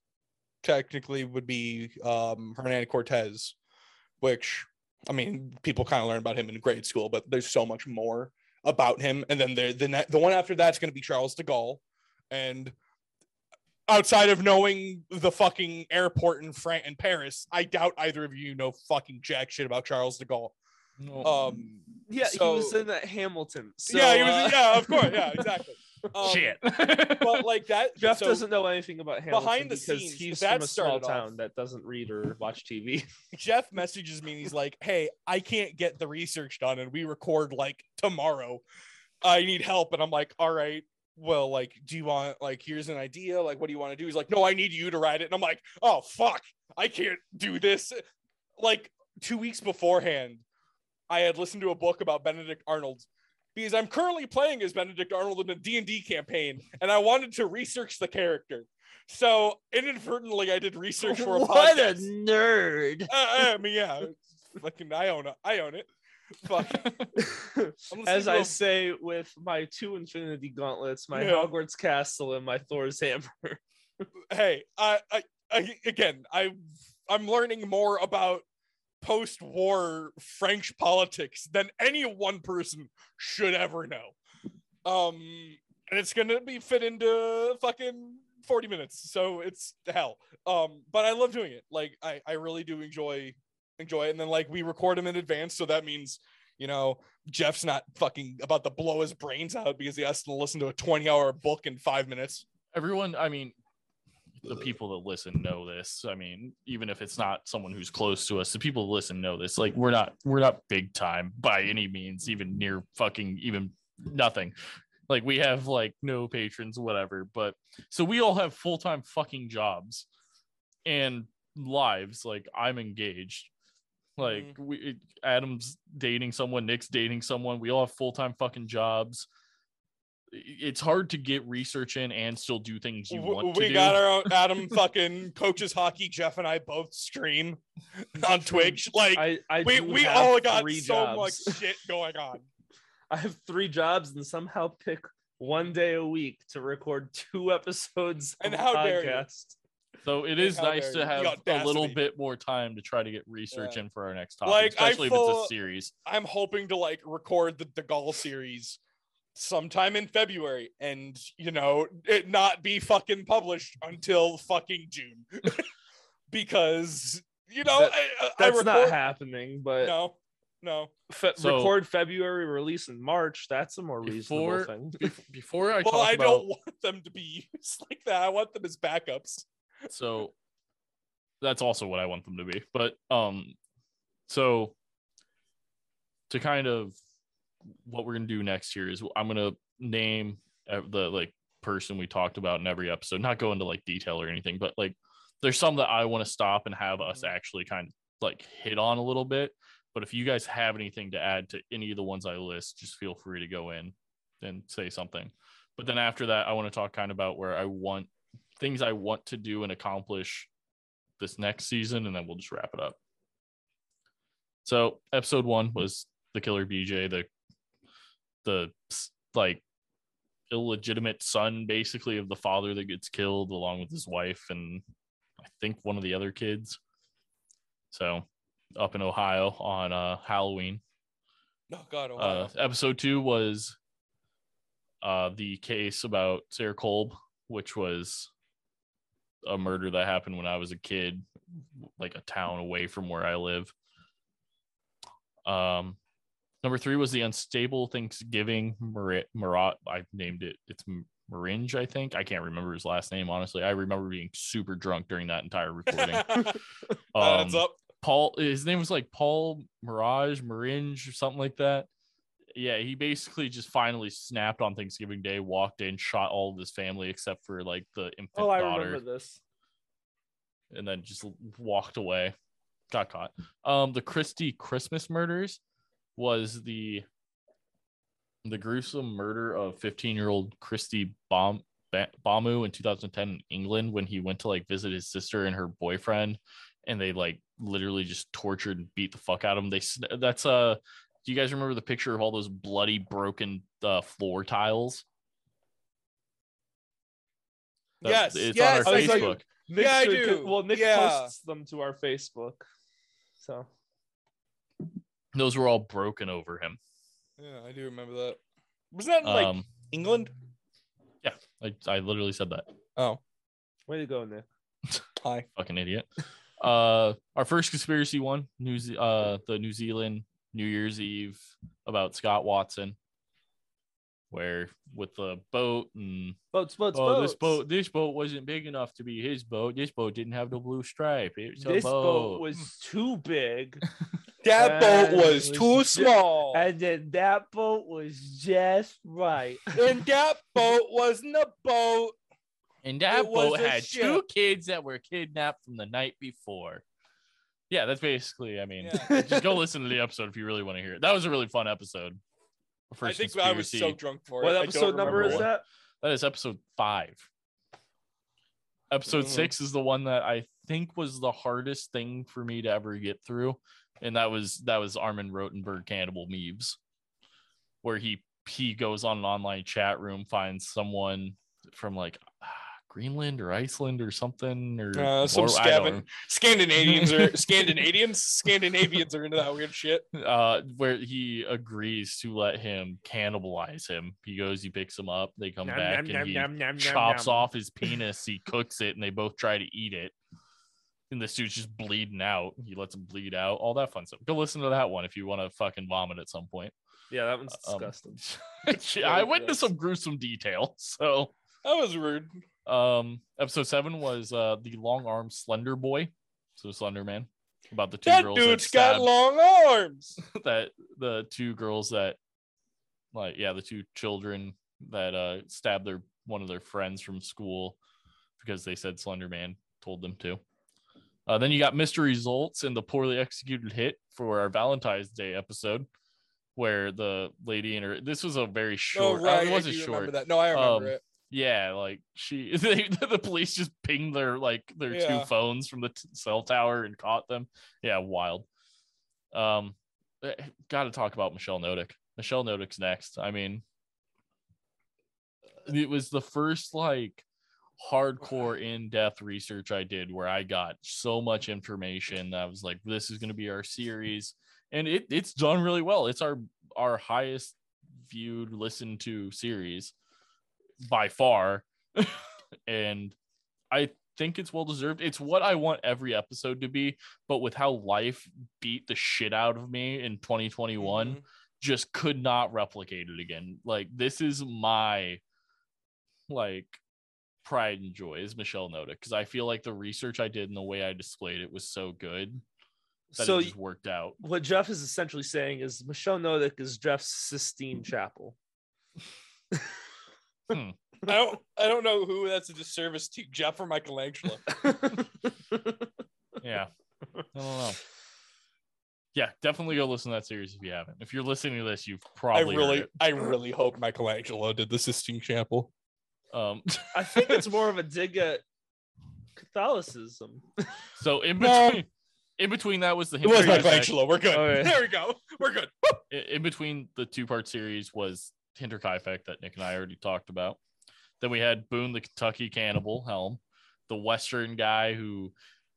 technically would be um Hernan Cortez, which I mean people kind of learn about him in grade school, but there's so much more about him. And then the the ne- the one after that's gonna be Charles de Gaulle, and outside of knowing the fucking airport in France and Paris, I doubt either of you know fucking jack shit about Charles de Gaulle. Um,
Yeah, he was
So-
in that Hamilton. So,
yeah, he was,
uh,
yeah, of course, yeah, exactly. Um,
Shit.
but like that,
Jeff
so-
doesn't know anything about Hamilton
Behind the
because
scenes,
he's
that
from a small
started off-
town that doesn't read or watch TV.
Jeff messages me and he's like, Hey, I can't get the research done and we record like tomorrow. I need help. And I'm like, All right, well, like, do you want like here's an idea? Like, what do you want to do? He's like, No, I need you to write it. And I'm like, Oh fuck, I can't do this. Like two weeks beforehand, I had listened to a book about Benedict Arnold because I'm currently playing as Benedict Arnold in a D&D campaign and I wanted to research the character. So inadvertently I did research for a
what
podcast
a nerd!
uh, I mean, yeah, it's fucking, I own it. I own it. Fuck. I'm listening
As
to
I
a-
say with my two Infinity Gauntlets, my
Yeah.
Hogwarts Castle, and my Thor's hammer.
hey, I, I, I, again, I, I'm learning more about post-war French politics than any one person should ever know. Um, and it's gonna be fit into fucking 40 minutes, so it's hell. Um, but I love doing it. Like, I, I really do enjoy, enjoy it. And then like we record them in advance, so that means. You know, Jeff's not fucking about to blow his brains out because he has to listen to a 20 hour book in five minutes.
Everyone, I mean, the people that listen know this. I mean, even if it's not someone who's close to us, the people that listen know this. Like, we're not we're not big time by any means, even near fucking even nothing. Like, we have like no patrons, whatever. But so we all have full time fucking jobs and lives. Like, I'm engaged. Like, we it- Adam's dating someone, Nick's dating someone. We all have full time fucking jobs. I- It's hard to get research in and still do things you
W-
want
we
to do.
got our own Adam fucking coaches hockey. Jeff and I both stream on Twitch. Like
I, I
we
do
we
have
all got
three
so
jobs.
much shit going on.
I have three jobs and somehow pick one day a week to record two episodes
And
of
how dare you.
podcast.
So it is
How dare
nice to
you. The
have a little
audacity.
bit more time to try to get research
Yeah.
in for our next topic,
Like, I
especially if
full-
it's a series.
I'm hoping to like record the De Gaulle series sometime in February, and you know it not be fucking published until fucking June, because you know
That-
I, I- I
That's
record.
not happening, but
no, no.
fe-
So-
record February, release in March. That's a more reasonable
Before-
thing.
Before I
well,
talk
I
about
don't want them to be used like that. I want them as backups.
so that's also what I want them to be. But um so to kind of what we're gonna do next here is I'm gonna name uh, the like person we talked about in every episode, not go into like detail or anything, but like there's some that I want to stop and have us actually kind of like hit on a little bit. But if you guys have anything to add to any of the ones I list, just feel free to go in and say something. But then after that, I want to talk kind of about where I want things I want to do and accomplish this next season, and then we'll just wrap it up. So episode one was the killer BJ, the the like illegitimate son basically of the father that gets killed along with his wife and I think one of the other kids. So up in Ohio on uh Halloween.
Oh God, Ohio.
Uh episode two was uh the case about Sarah Kolb, which was a murder that happened when I was a kid, like a town away from where I live. Um, number three was the unstable Thanksgiving Marat. Marat I named it. It's M- Maringe, I think. I can't remember his last name honestly. I remember being super drunk during that entire recording.
That adds
Um,
up.
Paul, his name was like Paul Mirage, Maringe, or something like that. Yeah, he basically just finally snapped on Thanksgiving Day, walked in, shot all of his family except for like the infant
Oh, I
daughter,
remember this.
and then just walked away. Got caught. Um, the Christie Christmas murders was the the gruesome murder of 15 year old Christy Bom- Ba- Bamu in 2010 in England when he went to like visit his sister and her boyfriend and they like literally just tortured and beat the fuck out of him. They sn- that's uh do you guys remember the picture of all those bloody broken uh, floor tiles? That-
Yes,
it's
yes,
on our
I saw you.
Facebook.
Nick
Yeah, I
should-
do.
Well, Nick
Yeah.
posts them to our Facebook. So
Those were all broken over him.
Yeah, I do remember that. Was that in, like
um,
England?
I, I literally said that.
Oh,
way to go, Nick.
hi.
fucking idiot. Uh, our first conspiracy one, New Ze- uh, the New Zealand New Year's Eve about Scott Watson, where with the boat and
Boats, boats,
oh,
boats.
this boat, this boat wasn't big enough to be his boat. This boat didn't have the blue stripe. It's a
This
boat.
boat was too big,
That boat
Uh,
was
was
too
ju-
small,
and then that boat was just right.
and that boat wasn't a boat.
and that
it was
boat
a
had
ship.
two kids that were kidnapped from the night before. Yeah, that's basically. I mean,
Yeah.
just go listen to the episode if you really want to hear it. That was a really fun episode.
I
First
think I was so
conspiracy.
drunk for it.
what
I don't
episode number
remember
is
what-
that?
That is episode five. Episode
Mhm.
six is the one that I think was the hardest thing for me to ever get through, and that was that was Armin Rotenberg Cannibal Meves, where he he goes on an online chat room, finds someone from like ah, Greenland or Iceland or something or
Uh, some
or- I don't
scaven- Scandinavians are Scandinavians. Scandinavians are into that weird shit.
uh where he agrees to let him cannibalize him. He goes, he picks him up, they come back and he chops off his penis, he cooks it, and they both try to eat it. And this dude's just bleeding out. He lets him bleed out, all that fun stuff. Go listen to that one if you want to fucking vomit at some point.
Yeah, that one's
Um,
disgusting.
Yeah, I went into some gruesome detail. So,
That was rude.
um, episode seven was uh the long arm slender boy, so Slender Man, about the two
that
girls
dude's
that
got long arms.
that the two girls that like yeah the two children that uh stabbed their one of their friends from school because they said slender man told them to uh, then you got mr results and the poorly executed hit for our valentine's day episode where the lady in her this was a very short
oh,
uh,
right.
it
I
wasn't
do
short
remember that. No, I remember
Um,
it.
yeah like she they, the police just pinged their like their
Yeah.
two phones from the t- cell tower and caught them yeah wild um eh, gotta talk about michelle nodick michelle nodick's next i mean it was the first like hardcore in-depth research i did where i got so much information that i was like this is going to be our series and it, it's done really well it's our our highest viewed listened to series by far and i think it's well deserved it's what i want every episode to be but with how life beat the shit out of me in 2021
Mm-hmm.
Mhm.
just could not replicate it again like this is my like pride and joy is michelle noda because i feel like the research i did and the way i displayed it was so good that
So
it just worked out
what Jeff is essentially saying is Michelle Nodick is Jeff's Sistine Chapel.
I don't. I don't know who that's a disservice to. Jeff or Michelangelo.
yeah i don't know yeah definitely go listen to that series if you haven't if you're listening to this you've
I
probably heard
really,
it.
I really hope Michelangelo did the Sistine Chapel.
um
I think it's more of a dig at Catholicism.
So in
No.
between, in between that was the
It was
Hitchhiker's
Michelangelo. We're good.
Okay.
There we go. We're good.
Guide- in- In between the two part series was Hinder Kai Effect that Nick and I already talked about. Then we had Boone the Kentucky Cannibal Helm, the Western guy who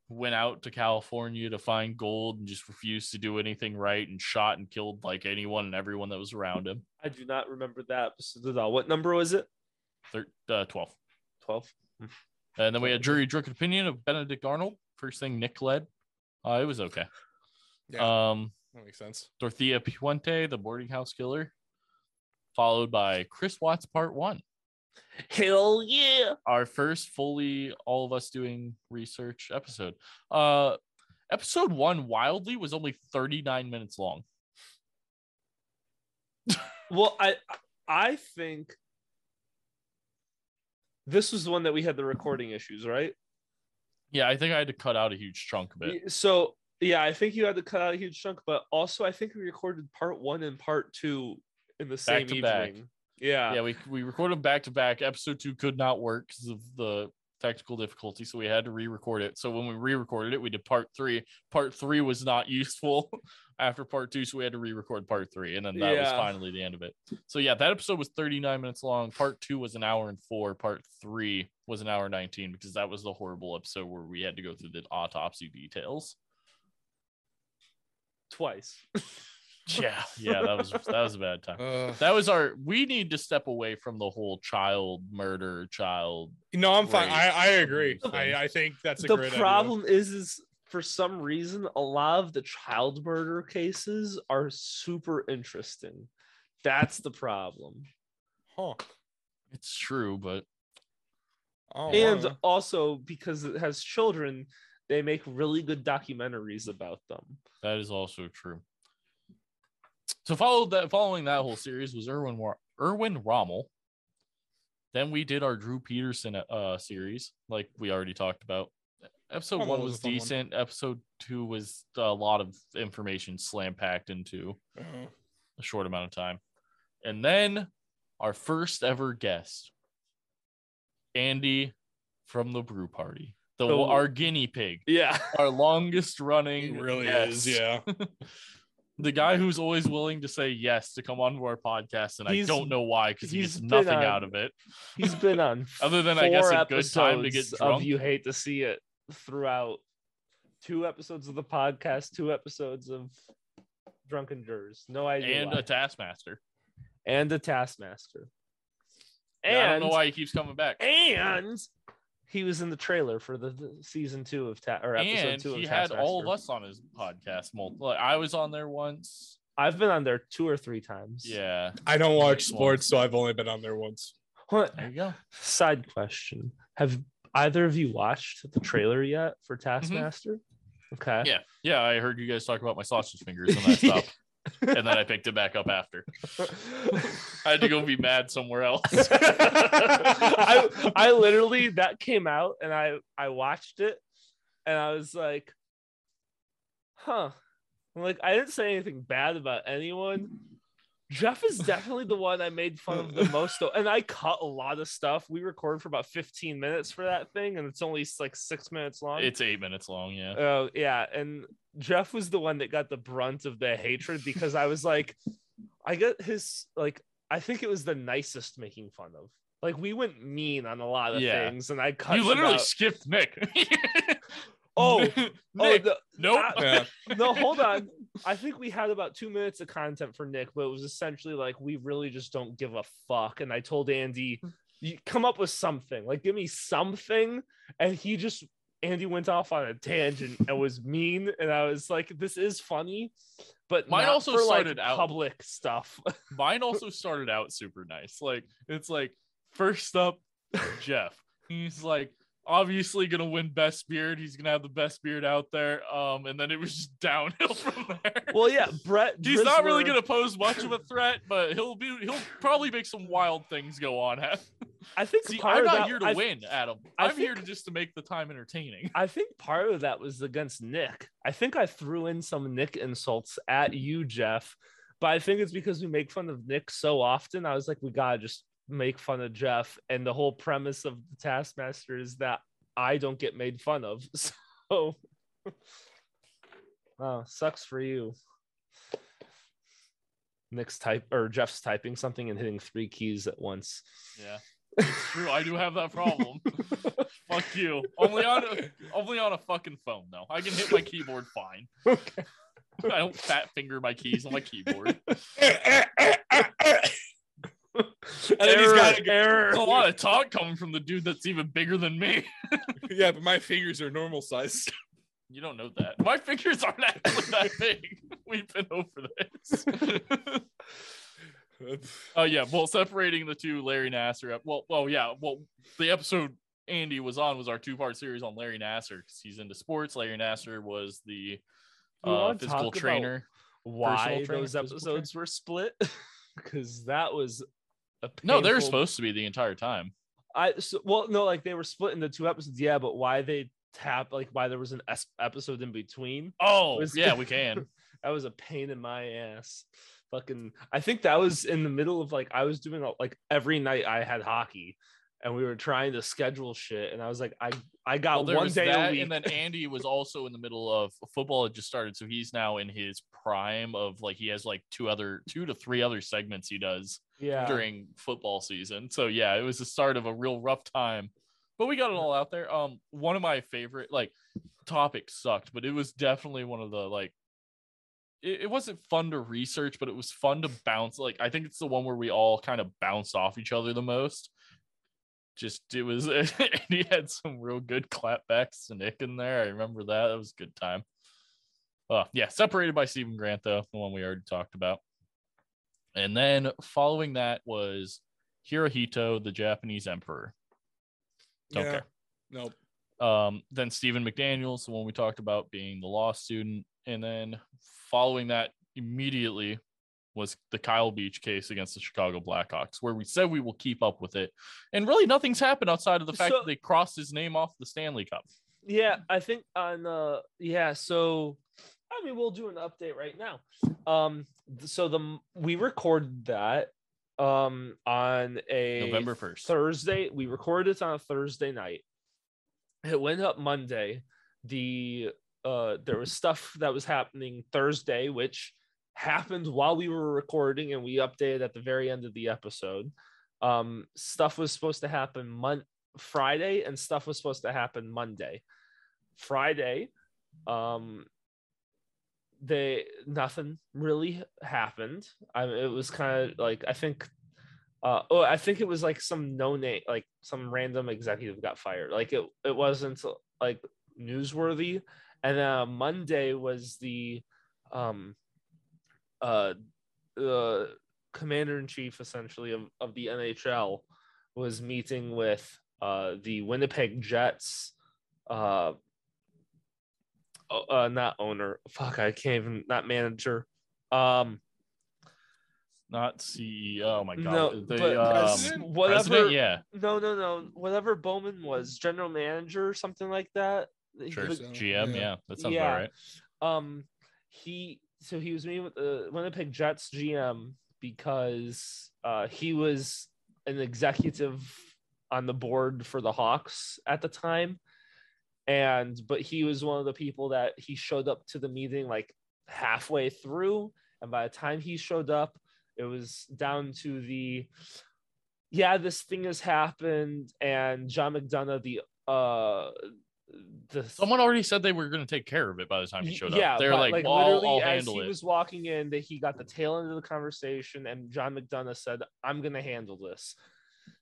went out to California to find gold and just refused to do anything right and shot and killed like anyone and everyone that was around him.
I do not remember that episode at all. What number was it?
Thir- uh, 12.
12.
And then we had Jury Drunk Opinion of Benedict Arnold. First thing Nick led. Uh, it was okay. Um,
that makes sense.
Dorothea Puente, the boarding house killer, followed by Chris Watts Part One,
Hell yeah.
our first fully all of us doing research episode. Uh, episode one wildly was only 39 minutes long.
Well, I I think this was the one that we had the recording issues, right?
Yeah, I think I had to cut out a huge chunk of it.
So yeah, I think you had to cut out a huge chunk, but also I think we recorded part one and part two in the same
to
evening.
back.
Yeah.
yeah, we we recorded back to back. Episode two could not work because of the technical difficulty, so we had to re-record it. So when we re-recorded it, we did part three. Part three was not useful after part two, so we had to re-record part three, and then that was
Yeah.
finally the end of it. So yeah, that episode was 39 minutes long. Part two was an hour and four. Part three was an hour and 19 because that was the horrible episode where we had to go through the autopsy details.
Twice.
Yeah, yeah, that was that was a bad time.
Ugh.
That was our. We need to step away from the whole child murder, child
no, I'm fine. I,
Right.
I agree.
Thing.
I, I think that's a
the
great
problem is is for some reason a lot of the child murder cases are super interesting. That's the problem.
Idea. Huh.
It's true, but
Oh,
and
wow.
also because it has children, they make really good documentaries about them.
that is also true. So follow that following that whole series was Erwin Wa- Erwin Rommel. Then we did our Drew Peterson uh series, like we already talked about. Episode
Rommel
one
was
was
a fun one.
decent. Episode two was a lot of information slam packed into
Uh,
a short amount of time. And then our first ever guest, Andy from the Brew Party, the,
The-
our guinea pig,
Yeah.
our longest
It
running.
really
guest.
is, yeah.
The guy who's always willing to say yes to come onto our podcast, and
He's-
I don't know why because he
he's
gets
been
nothing
on-
out of it.
He's been on
Other than, I guess,
four
a good time to get
episodes
drunk.
of you hate to see it throughout two episodes of the podcast, two episodes of Drunken Jurors. No idea.
And
why.
a taskmaster.
and a Taskmaster.
And, I don't
And
know why he keeps coming back.
and he was in the trailer for the, the season two of ta- or episode
And
two.
he
of
had
Taskmaster.
all of us on his podcast. Multiple. I was on there once.
I've been on there two or three times.
Yeah.
I don't watch
Nice one.
sports, so I've only been on there once.
Huh.
There you go.
Side question: Have either of you watched the trailer yet for Taskmaster? Okay.
Yeah, yeah. I heard you guys talk about my sausage fingers, and I stopped, and then I picked it back up after. I had to go be mad somewhere else.
I I literally that came out and I I watched it and I was like, huh. I'm like I didn't say anything bad about anyone. Jeff is definitely the one I made fun of the most though. And I cut a lot of stuff. We record for about 15 minutes for that thing, and it's only like six minutes long.
It's eight minutes long. Yeah,
Oh yeah, and Jeff was the one that got the brunt of the hatred because I was like, I got his like I think it was the nicest making fun of. Like we went mean on a lot of
Yeah.
things, and I cut.
you
him
literally
out.
skipped Nick.
Oh,
Nick.
oh the,
nope.
I-
Yeah.
no, hold on. I think we had about two minutes of content for Nick, but it was essentially like we really just don't give a fuck. And I told Andy, you come up with something, like give me something. And he just Andy went off on a tangent and was mean. And I was like, this is funny, but
Mine
not
also
for,
started
like,
out-
public stuff.
Mine also started out super nice. Like it's like first up, Jeff. He's like obviously gonna win best beard. He's gonna have the best beard out there. Um, and then it was just downhill from there.
well, yeah, Brett.
He's not really
Drisler-
going to pose much of a threat, but he'll be he'll probably make some wild things go on.
I think
See,
part
I'm
of
not
that-
here to
I-
win, Adam.
I
I'm here to
think-
just to make the time entertaining.
I think part of that was against Nick. I think I threw in some Nick insults at you, Jeff, but I think it's because we make fun of Nick so often. I was like, we gotta just make fun of Jeff. And the whole premise of the Taskmaster is that I don't get made fun of. So, wow, sucks for you. Nick's type or Jeff's typing something and hitting three keys at once.
Yeah, it's true. I do have that problem. Fuck you. Only on a, only on a fucking phone though. I can hit my keyboard fine.
Okay.
I don't fat finger my keys on my keyboard.
And then he's got a-
error.
There's a lot of talk coming from the dude that's even bigger than me.
yeah, but my fingers are normal size.
You don't know that. My fingers aren't actually that big. We've been over this. Oh yeah, well, separating the two Larry Nasser. ep- Well, well, yeah, well, the episode Andy was on was our two-part series on Larry Nasser because he's into sports. Larry Nasser was the
You
uh,
wanna
physical
talk about
trainer.
why
personal trainer,
those
physical trainer?
episodes were split because that was a
No, they're
painful-
supposed to be the entire time.
I so, well no like they were split into two episodes yeah but why they tap like why there was an es- episode in between
Oh,
Was-
yeah, we can.
that was a pain in my ass fucking i think that was in the middle of like i was doing like every night i had hockey and we were trying to schedule shit and i was like i i got
Well, there
one
was
day
that,
a week
and then Andy was also in the middle of football had just started, so he's now in his prime of like he has like two other two to three other segments he does
yeah
during football season. So yeah, it was the start of a real rough time. But we got it all out there. Um one of my favorite like topics sucked, but it was definitely one of the like it, it wasn't fun to research, but it was fun to bounce. Like I think it's the one where we all kind of bounced off each other the most. Just it was and he had some real good clapbacks to Nick in there. I remember that. That was a good time. Uh yeah, separated by Stephen Grant though, the one we already talked about. And then following that was Hirohito, the Japanese emperor. Don't
Yeah. Nope.
care. Um, then Stephen McDaniels, the one we talked about being the law student. And then following that immediately was the Kyle Beach case against the Chicago Blackhawks, where we said we will keep up with it. And really nothing's happened outside of the fact
So-
that they crossed his name off the Stanley Cup.
yeah i think on uh yeah so i mean we'll do an update right now um th- so the we recorded that um on a
November 1st.
thursday we recorded it on a thursday night it went up monday the uh there was stuff that was happening thursday which happened while we were recording and we updated at the very end of the episode um stuff was supposed to happen mon- friday and stuff was supposed to happen monday friday um they nothing really happened i it was kind of like i think uh oh i think it was like some no name like some random executive got fired like it it wasn't like newsworthy and uh monday was the um uh the commander in chief essentially of, of the nhl was meeting with uh the winnipeg jets uh o- uh not owner fuck i can't even not manager um
Not CEO. Oh my God.
no
they,
but
um,
pres-
President?
whatever
president? Yeah.
no no no whatever bowman was general manager or something like that he
Sure.
was-
So,
GM.
yeah.
Yeah. That sounds
Yeah.
all right.
um he so he was meeting with the winnipeg jets gm because uh he was an executive on the board for the hawks at the time and but he was one of the people that he showed up to the meeting like halfway through and by the time he showed up it was down to the yeah this thing has happened and john mcdonough the uh the
Someone already said they were going to take care of it by the time he
Y-
showed
yeah,
up. They're
but,
like, well, I'll, I'll
as
handle
he
it.
was walking in, that he got the tail end of the conversation, and John McDonough said, "I'm gonna handle this."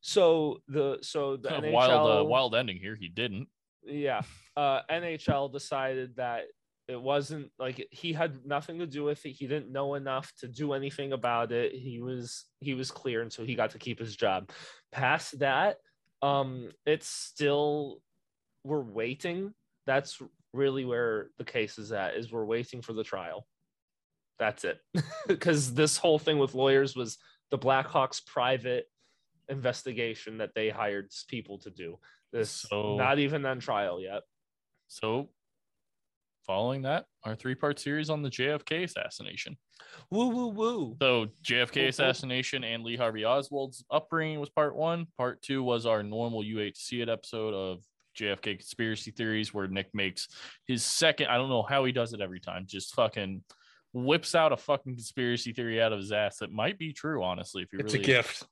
So the so the
Kind of
NHL,
wild, uh, wild ending here. He didn't.
yeah, uh, NHL decided that it wasn't like he had nothing to do with it. He didn't know enough to do anything about it. He was he was clear, and so he got to keep his job. Past that, um, it's still we're waiting. That's really where the case is at. Is we're waiting for the trial. That's it, because this whole thing with lawyers was the Blackhawks' private investigation that they hired people to do. This
So-
not even on trial yet.
So, following that, our three part series on the JFK assassination.
Woo woo woo.
So,
Cool, cool.
JFK assassination and Lee Harvey Oswald's upbringing was part one. Part two was our normal UHC it episode of JFK conspiracy theories, where Nick makes his second. I don't know how he does it every time. Just fucking whips out a fucking conspiracy theory out of his ass that might be true, honestly. If you
It's a
really,
gift.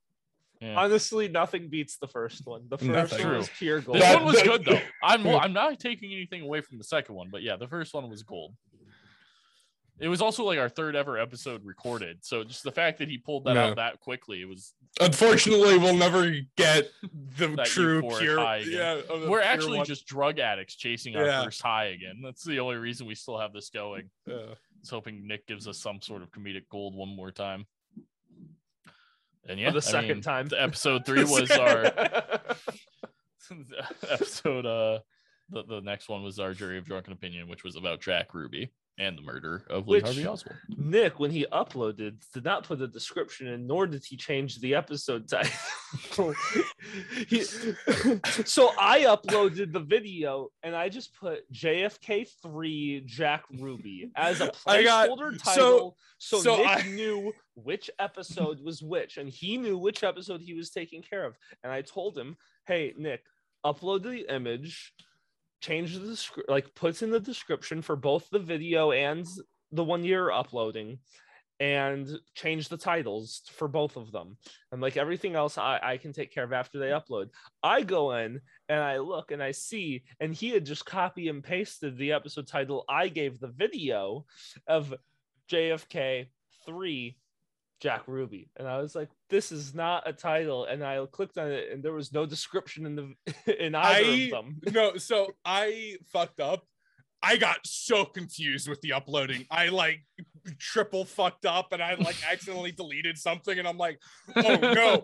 Yeah.
Honestly, nothing beats the first one. The first
Nothing.
one was pure gold.
This
That-
one was
that-
good though. I'm I'm not taking anything away from the second one, but yeah, the first one was gold. It was also like our third ever episode recorded, so just the fact that he pulled that
No.
out that quickly, it was.
Unfortunately, we'll never get the
That
true
euphoric
pure.
high again.
Yeah, of the
We're
pure
actually
one.
just drug addicts chasing our
Yeah.
first high again. That's the only reason we still have this going.
Yeah.
It's hoping Nick gives us some sort of comedic gold one more time. And yeah,
for the
I
second
mean,
time.
the episode three was our episode. Uh, the the next one was our jury of drunken opinion, which was about Jack Ruby. and the murder of Lee
Which-
Harvey Oswald.
Nick, when he uploaded, did not put a description in, nor did he change the episode title. He- so I uploaded the video and I just put JFK3 Jack Ruby as a
I got-
placeholder
so-
title. So,
so
Nick
I-
knew which episode was which, and he knew which episode he was taking care of. And I told him, hey, Nick, upload the image, change the descri- like puts in the description for both the video and the one you're uploading and change the titles for both of them and like everything else I, I can take care of after
Mm.
they upload i go in and i look and i see and he had just copy and pasted the episode title i gave the video of jfk 3 jack ruby and i was like this is not a title and i clicked on it and there was no description in the in either
I-
of them
no, so I fucked up. I got so confused with the uploading. I like triple fucked up and I like accidentally deleted something and I'm like, oh no.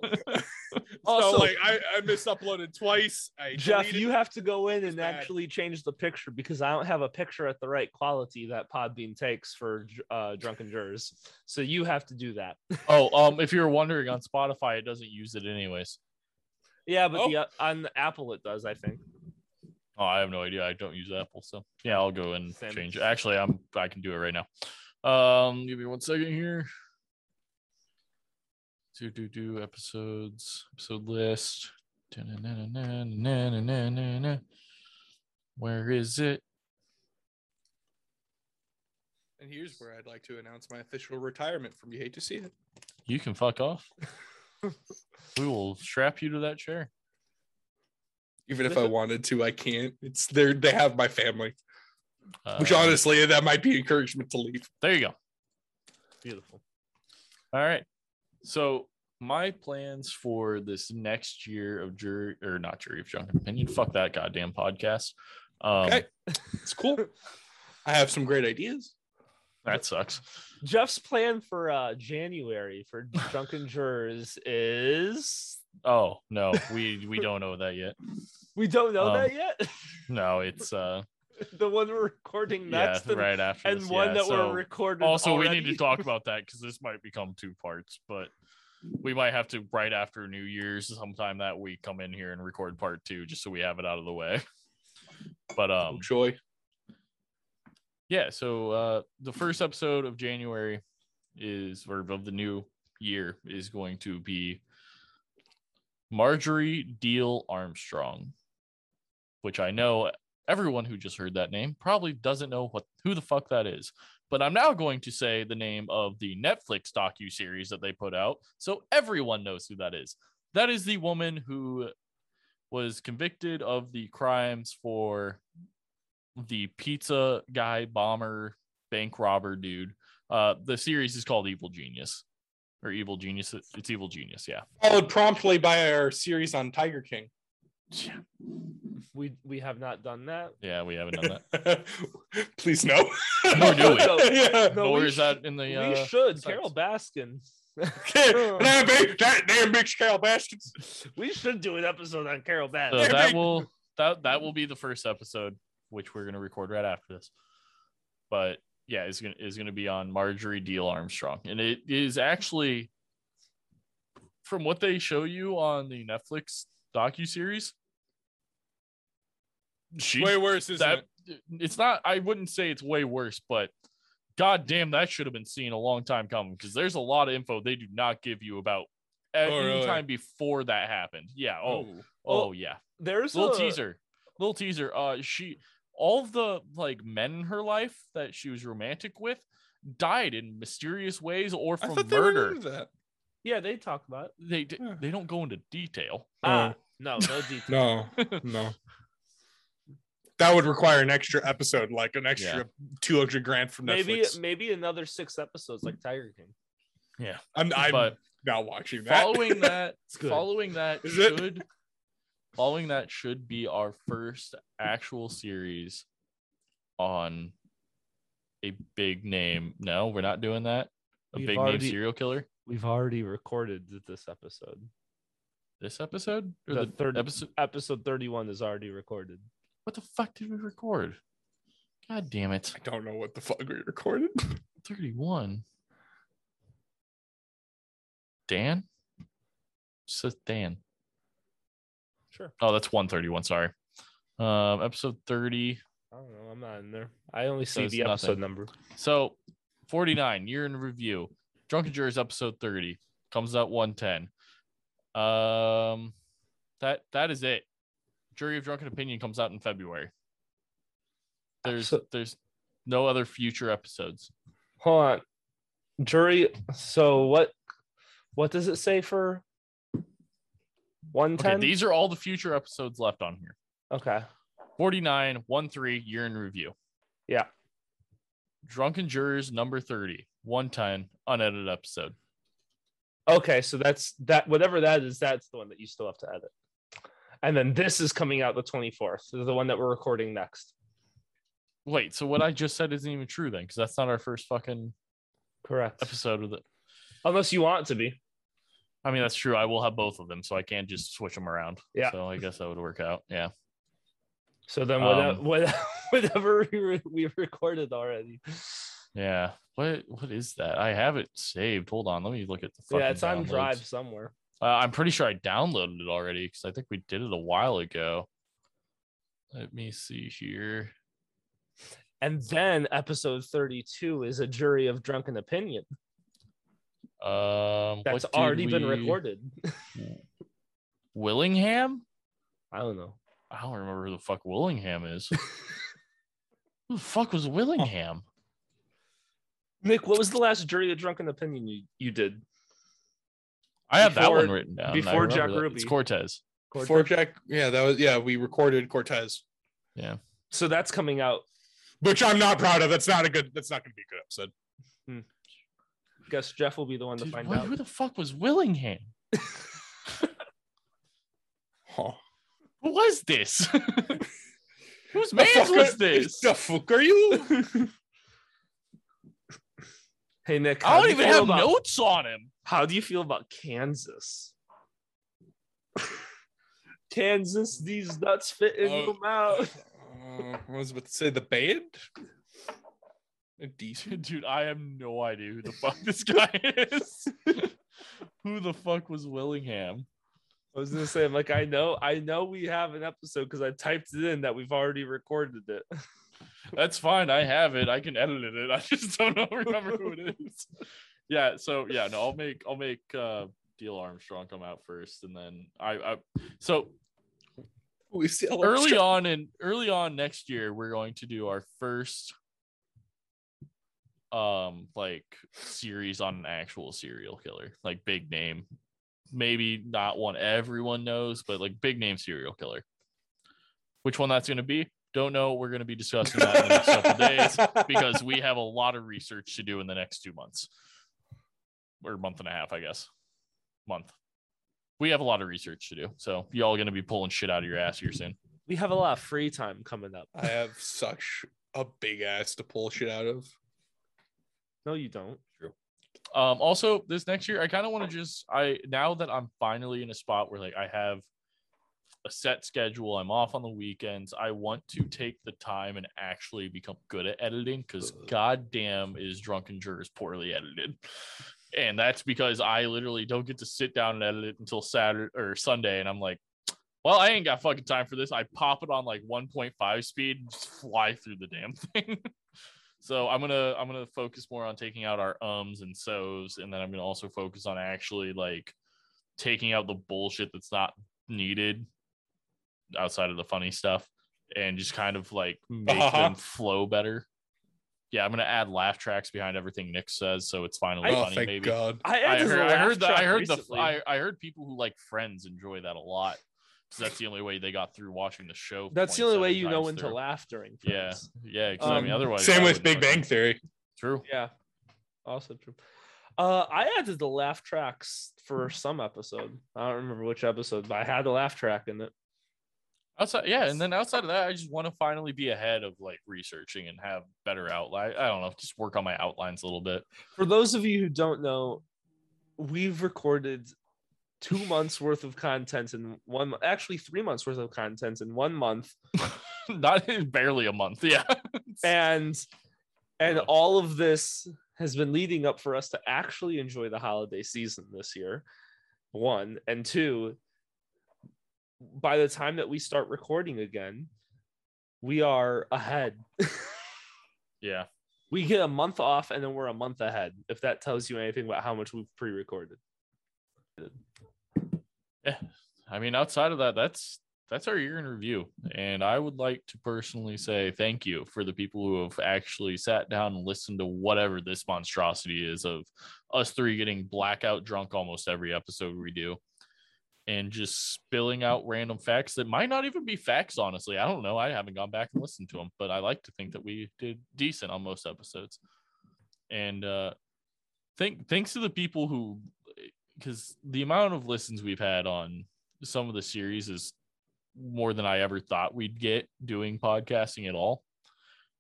also
so like I, I misuploaded twice. I
Jeff,
deleted-
you have to go in
It's
and
bad.
actually change the picture because I don't have a picture at the right quality that Podbean takes for uh, drunken jurors. So you have to do that.
Oh, um, if you were wondering on Spotify, it doesn't use it anyways.
Yeah, but
Oh.
the, uh, on Apple it does, I think.
Oh, I have no idea. I don't use Apple, so yeah, I'll go and
Same.
change it. Actually, I'm I can do it right now. Um, give me one second here. Do do do episodes episode list. Da-na-na-na-na-na-na-na-na. Where is it?
And here's where I'd like to announce my official retirement from You Hate to See It.
You can fuck off. we will strap you to that chair.
Even if I wanted to, I can't. It's there. They have my family,
Uh,
which honestly, that might be encouragement to leave.
there you go.
Beautiful.
All right. So my plans for this next year of jury or not jury of drunken opinion. Fuck that goddamn podcast. Um,
Okay. It's cool. I have some great ideas.
That sucks.
Jeff's plan for uh, January for drunken jurors is
Oh no, we we don't know that yet.
we don't know
Um,
that yet.
No, it's uh
the one we're recording next
yeah,
and,
right after
and
this.
one
yeah,
that
so-
we're recording.
Also, we need
already.
to talk about that because this might become two parts, but we might have to right after New Year's sometime that week come in here and record part two just so we have it out of the way. But um
Joy.
yeah so uh the first episode of january is or of the new year is going to be marjorie deal armstrong which i know everyone who just heard that name probably doesn't know what who the fuck that is but i'm now going to say the name of the netflix docu-series that they put out so everyone knows who that is that is the woman who was convicted of the crimes for the pizza guy bomber bank robber dude uh the series is called evil genius or evil genius it's evil genius yeah
Followed promptly by our series on Tiger King.
We we have not done that.
yeah we haven't done that
Please no.
Nor do we.
Yeah.
No,
or
we
is that in the
we
uh
should.
sucks.
Carol Baskin.
That big- that damn big scale bastards.
We should do an episode on Carol
so
Baskin.
that will that that will be the first episode which we're going to record right after this but yeah it's going to is going to be on marjorie deal armstrong and it is actually from what they show you on the netflix docu-series she
way worse is
that
that
it's not i wouldn't say it's way worse but god damn that should have been seen a long time coming because there's a lot of info they do not give you about at
Oh,
any
really?
time before that happened yeah oh oh,
Oh,
yeah
There's
little
a
teaser little teaser uh she all of the like men in her life that she was romantic with died in mysterious ways or
I
from
thought they were
murder
into that.
Yeah, they talk about it.
they d-
Yeah.
they don't go into detail
Ah, no, no detail.
No, no.
that would require an extra episode, like an extra
Yeah.
two hundred grand from Netflix.
maybe maybe another six episodes like Tiger King.
I'm, I'm
but
not watching that.
following that
It's good.
following that
Is it?
should following that should be our first actual series on a big name no we're not doing that a
We've
big
already-
name serial killer
We've already recorded this episode.
this episode or
The
the,
third- e-
third episode
Episode 31 is already recorded.
what the fuck did we record God damn it.
I don't know what the fuck we recorded.
31. Dan? Says Dan.
Sure.
Oh, that's 131. Sorry. Um, episode 30.
I don't know. I'm not in there. I only see
it's
the episode
nothing.
number.
So 49, year in review. Drunken Jurors episode 30 comes out 110. Um that that is it. Jury of Drunken Opinion comes out in February. There's
So-
there's no other future episodes.
Hold on. Jury. So what? What does it say for? One
Okay,
ten.
these are all the future episodes left on here.
Okay.
49, 13, year in review.
Yeah.
Drunken Jurors number 30, 110, unedited episode.
Okay. So that's that. Whatever that is, that's the one that you still have to edit. And then this is coming out the twenty fourth. The one that we're recording next.
Wait, so what I just said isn't even true then, because that's not our first fucking
Correct.
episode with it.
Unless you want it to be.
I mean, that's true. I will have both of them, so I can't just switch them around.
Yeah.
So I guess that would work out. Yeah.
So then
Um,
whatever, whatever we, re- we recorded already.
Yeah. What What is that? I have it saved. Hold on. Let me look at the. Fucking
Yeah, it's on
downloads.
Drive somewhere.
Uh, I'm pretty sure I downloaded it already because I think we did it a while ago. Let me see here.
And then episode 32 is a jury of drunken opinion
Um,
that's
what did
already been
we-
recorded.
Willingham.
I don't know.
I don't remember who the fuck Willingham is. who the fuck was Willingham?
Nick, what was the last jury of drunken opinion you, you did?
I have that
Before-
one written down. I
before
remember
Jack
that. It's
Ruby.
Cortez.
Cortez?
Before Jack, yeah, that was yeah. We recorded Cortez,
So that's coming out.
Which I'm not proud of. That's not a good that's not gonna be a good episode.
Guess Jeff will be the one to
Dude,
find
what-
out.
who the fuck was Willingham?
Huh.
Who was this? Whose
The
man
fuck
was
are-
this?
The fuck are you?
Hey Nick,
I
how
don't
do you
even
feel
have
about-
notes on him.
How do you feel about Kansas? Kansas, these nuts fit in
Oh.
the mouth.
Uh, I was about to say the band. A decent.
Dude, I have no idea who the fuck this guy is. who the fuck was Willingham?
I was gonna say, I'm like, I know, I know we have an episode because I typed it in that we've already recorded it.
That's fine. I have it. I can edit it. I just don't know remember who it is. Yeah, so yeah, no, I'll make I'll make uh Deal Armstrong come out first and then I, I so
we see Alex
early
Jones.
on in early on next year we're going to do our first um like series on an actual serial killer like big name maybe not one everyone knows but like big name serial killer which one that's going to be don't know we're going to be discussing that in the next couple days because we have a lot of research to do in the next two months or month and a half, I guess. Month. We have a lot of research to do. So y'all gonna be pulling shit out of your ass here soon.
We have a lot of free time coming up.
I have such a big ass to pull shit out of.
No, you don't.
Um, also this next year, I kind of want to just I now that I'm finally in a spot where like I have a set schedule, I'm off on the weekends. I want to take the time and actually become good at editing because goddamn is drunken jurors poorly edited. And that's because I literally don't get to sit down and edit it until Saturday or Sunday, and I'm like, well, I ain't got fucking time for this. I pop it on like 1.5 speed and just fly through the damn thing. so I'm gonna I'm gonna focus more on taking out our ums and so's, and then I'm gonna also focus on actually like taking out the bullshit that's not needed outside of the funny stuff and just kind of like make
Uh-huh.
them flow better. Yeah, I'm gonna add laugh tracks behind everything Nick says, so it's finally
oh,
funny.
thank
Maybe
God.
I,
I
added
heard,
a
I
laugh
heard the I
track
heard the
recently.
I, I heard people who like Friends enjoy that a lot. 'cause that's the only way they got through watching the show.
That's the only way
27
you know
times
when to
through.
laugh during.
Yeah.
Friends.
Yeah, 'cause I mean,
Um,
otherwise. I
Same with
wouldn't
Big
know
Bang
that.
Theory.
True.
Yeah. Also true. Uh, I added the laugh tracks for some episode. I don't remember which episode, but I had the laugh track in it.
Outside, yeah, and then outside of that, I just want to finally be ahead of like researching and have better outline. I don't know, just work on my outlines a little bit.
For those of you who don't know, we've recorded two months worth of content in one, mo- actually three months worth of content in one month,
Not barely a month. Yeah.
and and
Ouch.
all of this has been leading up for us to actually enjoy the holiday season this year one and two by the time that we start recording again we are ahead
Yeah.
we get a month off and then we're a month ahead if that tells you anything about how much we've pre-recorded
I mean, outside of that, that's that's our year in review. And I would like to personally say thank you for the people who have actually sat down and listened to whatever this monstrosity is of us three getting blackout drunk almost every episode we do and just spilling out random facts that might not even be facts, honestly. I don't know. I haven't gone back and listened to them, but I like to think that we did decent on most episodes. And uh think thanks to the people who because the amount of listens we've had on some of the series is more than I ever thought we'd get doing podcasting at all.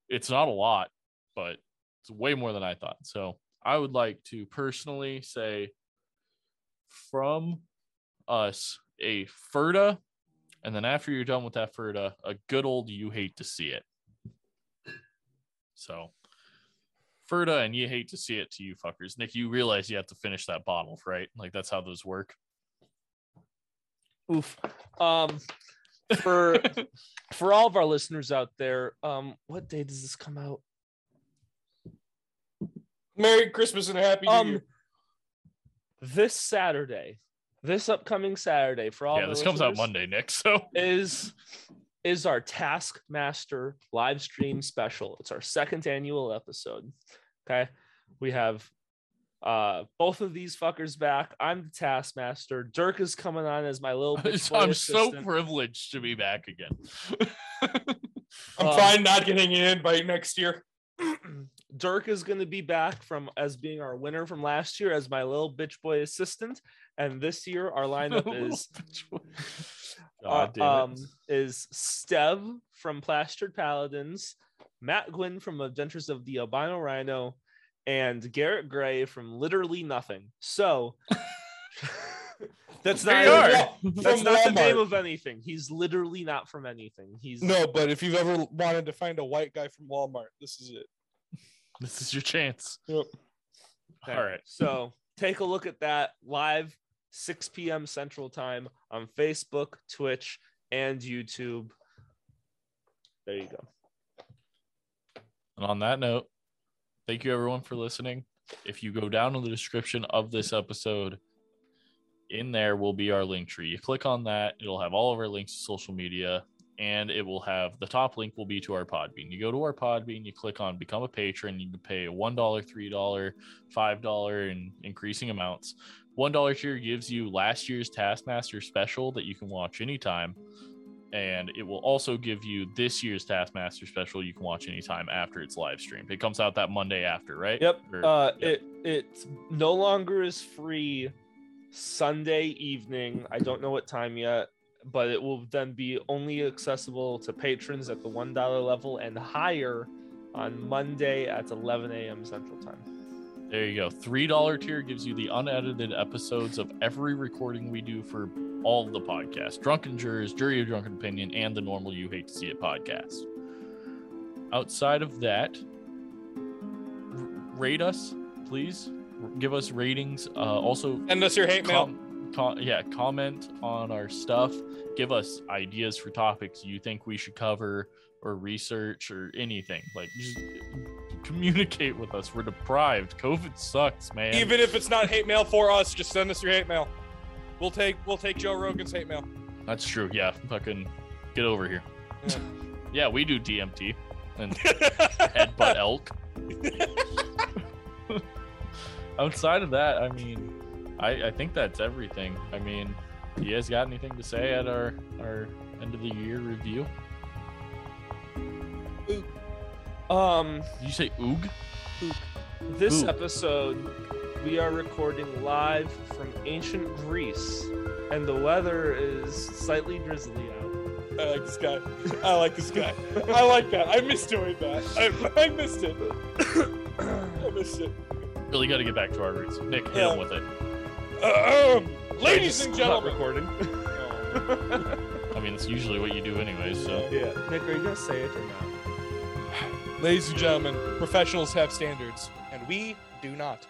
It's not a lot, but it's way more than I thought. So I would like to personally say from us a FURTA. And then after you're done with that FURTA, a good old you hate to see it. So FURTA and you hate to see it to you fuckers. Nick, you realize you have to finish that bottle, right? Like that's how those work.
oof um for for all of our listeners out there um what day does this come out
Merry Christmas and a Happy New
um
Year.
this saturday this upcoming saturday for all
yeah,
the
this comes out
listeners,
Monday, Nick. So
is is our taskmaster live stream special it's our second annual episode okay we have uh both of these fuckers back i'm the taskmaster dirk is coming on as my little bitch boy
I'm so
assistant.
privileged to be back again.
I'm
um,
fine not getting an invite next year.
Dirk is going to be back from as being our winner from last year as my little bitch boy assistant, and this year our lineup is uh,
God damn it.
um, is Stev from Plastered Paladins, Matt Gwynn from Adventures of the Albino Rhino, and Garrett Gray from Literally Nothing. So that's not
They are.
From
that's not the
Walmart.
name of anything. He's literally not from anything. He's
No, but if you've ever wanted to find a white guy from Walmart, this is it.
this is your chance.
Yep.
Okay.
All right.
So take a look at that live 6 p.m. Central Time on Facebook, Twitch, and YouTube. There you go.
And on that note, thank you everyone for listening. If you go down to the description of this episode, in there will be our link tree. You click on that, it'll have all of our links to social media, and it will have the top link will be to our Podbean. You go to our Podbean, you click on Become a Patron. You can pay $1, $3, $5, and increasing amounts. $1 tier gives you last year's Taskmaster special that you can watch anytime and it will also give you this year's Taskmaster special you can watch anytime after it's live streamed. It comes out that Monday after, right?
Yep.
Or-
Uh,
yeah.
It it no longer is free Sunday evening. I don't know what time yet, but it will then be only accessible to patrons at the one dollar level and higher on Monday at 11 a.m. Central Time.
There you go. $3 tier gives you the unedited episodes of every recording we do for all the podcasts Drunken Jurors, Jury of Drunken Opinion, and the normal You Hate to See It podcast. Outside of that, r- rate us, please. R- Give us ratings. Uh, also,
Send us your hate mail.
com- com- yeah, comment on our stuff. Give us ideas for topics you think we should cover or research or anything. Like, just communicate with us. We're deprived. COVID sucks, man.
Even if it's not hate mail for us, just send us your hate mail. We'll take we'll take Joe Rogan's hate mail.
That's true. Yeah, fucking get over here.
Yeah.
Yeah, we do DMT and headbutt elk. Outside of that, I mean, I, I think that's everything. I mean, you guys got anything to say at our our end of the year review?
Um,
Did you say oog?
This
Ooh.
episode, we are recording live from ancient Greece, and the weather is slightly drizzly out.
I like this guy. I like this guy. I like that. I miss doing that. I, I missed it. I missed it.
Really got to get back to our roots. Nick, hit
Yeah.
him with it.
Uh, um. um,
Should I
ladies
just
and
stop
gentlemen.
recording.
I mean, That's usually what you do anyway. So
Yeah. Nick, are you gonna say it or not?
Ladies and gentlemen, professionals have standards, and we do not.